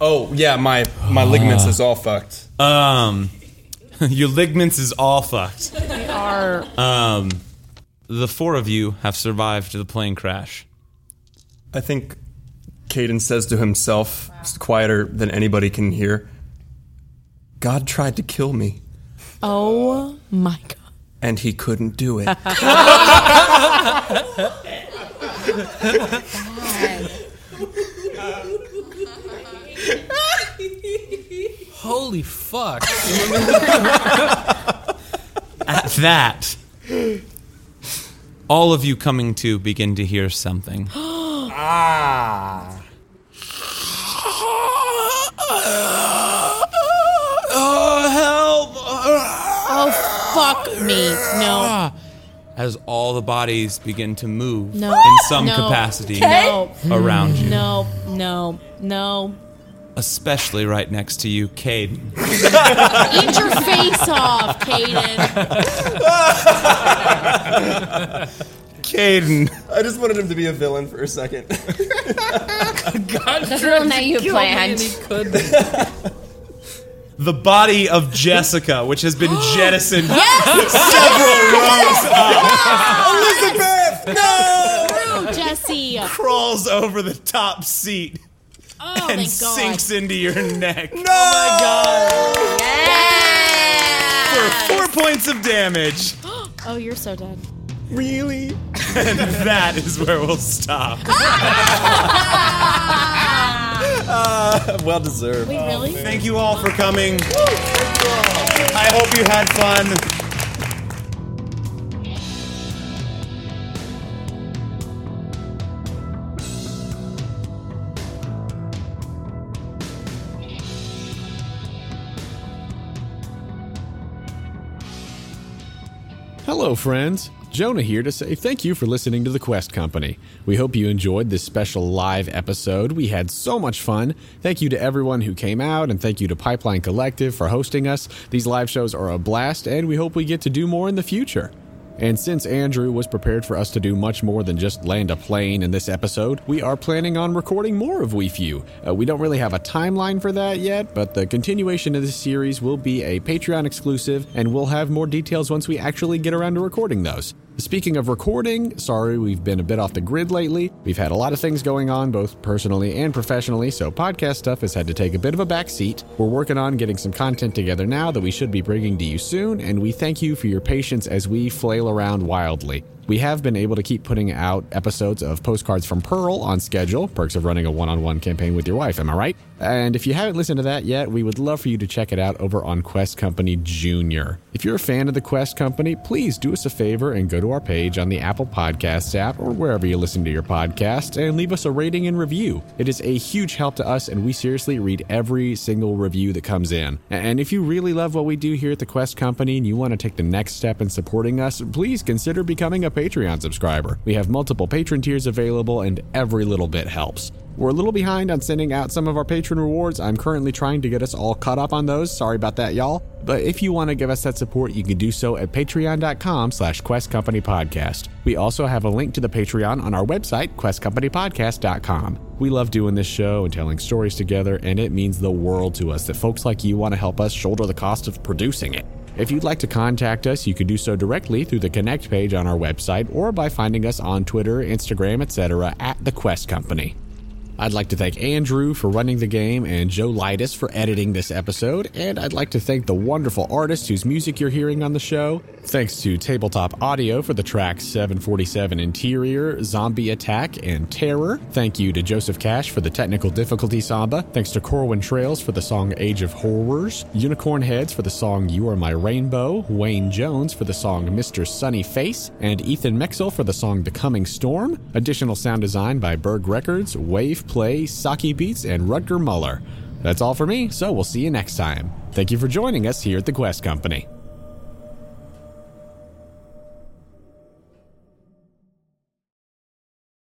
Oh yeah, my my ligaments is all fucked.
Um, your ligaments is all fucked.
They are.
Um, the four of you have survived the plane crash.
I think Caden says to himself, it's quieter than anybody can hear. God tried to kill me,
Oh my god.
and he couldn't do it.
Holy fuck.
At that, all of you coming to begin to hear something.
ah.
Oh, help!
Oh, fuck me. No.
As all the bodies begin to move
No.
in some
No.
capacity
No.
around you,
No, no, no.
especially right next to you, Caden.
Eat your face off, Caden.
Caden.
I just wanted him to be a villain for a second.
God,
Well, now you planned.
The body of Jessica, which has been jettisoned
Yes!
several rows up.
Elizabeth!
No, Oh, Jesse.
Crawls over the top seat
Oh,
and
thank God. Oh
sinks into your neck. No! For four points of damage.
Oh, you're so dead.
Really? and that is where we'll stop. Uh, well deserved.
Wait, really?
Thank you all for coming. I hope you had fun.
Hello, friends. Jonah here to say thank you for listening to The Quest Company. We hope you enjoyed this special live episode. We had so much fun. Thank you to everyone who came out, and thank you to Pipeline Collective for hosting us. These live shows are a blast, and we hope we get to do more in the future. And since Andrew was prepared for us to do much more than just land a plane in this episode, we are planning on recording more of We Few. Uh, we don't really have a timeline for that yet, but the continuation of this series will be a Patreon exclusive, and we'll have more details once we actually get around to recording those. Speaking of recording, sorry we've been a bit off the grid lately. We've had a lot of things going on, both personally and professionally, so podcast stuff has had to take a bit of a backseat. We're working on getting some content together now that we should be bringing to you soon, and we thank you for your patience as we flail around wildly. We have been able to keep putting out episodes of Postcards from Pearl on schedule, perks of running a one on one campaign with your wife, am I right? And if you haven't listened to that yet, we would love for you to check it out over on Quest Company Junior. If you're a fan of the Quest Company, please do us a favor and go to our page on the Apple Podcasts app or wherever you listen to your podcast and leave us a rating and review. It is a huge help to us, and we seriously read every single review that comes in. And if you really love what we do here at the Quest Company and you want to take the next step in supporting us, please consider becoming a Patreon subscriber. We have multiple patron tiers available, and every little bit helps. We're a little behind on sending out some of our patron rewards. I'm currently trying to get us all caught up on those. Sorry about that, y'all. But if you want to give us that support, you can do so at patreon.com slash quest company podcast. We also have a link to the Patreon on our website, questcompanypodcast.com. We love doing this show and telling stories together, and it means the world to us that folks like you want to help us shoulder the cost of producing it. If you'd like to contact us, you can do so directly through the Connect page on our website or by finding us on Twitter, Instagram, etc. at The Quest Company. I'd like to thank Andrew for running the game and Joe Lightis for editing this episode, and I'd like to thank the wonderful artists whose music you're hearing on the show. Thanks to Tabletop Audio for the tracks 747 Interior, Zombie Attack, and Terror. Thank you to Joseph Cash for the technical difficulty samba. Thanks to Corwin Trails for the song Age of Horrors, Unicorn Heads for the song You Are My Rainbow, Wayne Jones for the song Mr. Sunny Face, and Ethan Mexel for the song The Coming Storm. Additional sound design by Berg Records, Wave Play, Saki Beats, and Rutger Muller. That's all for me, so we'll see you next time. Thank you for joining us here at the Quest Company.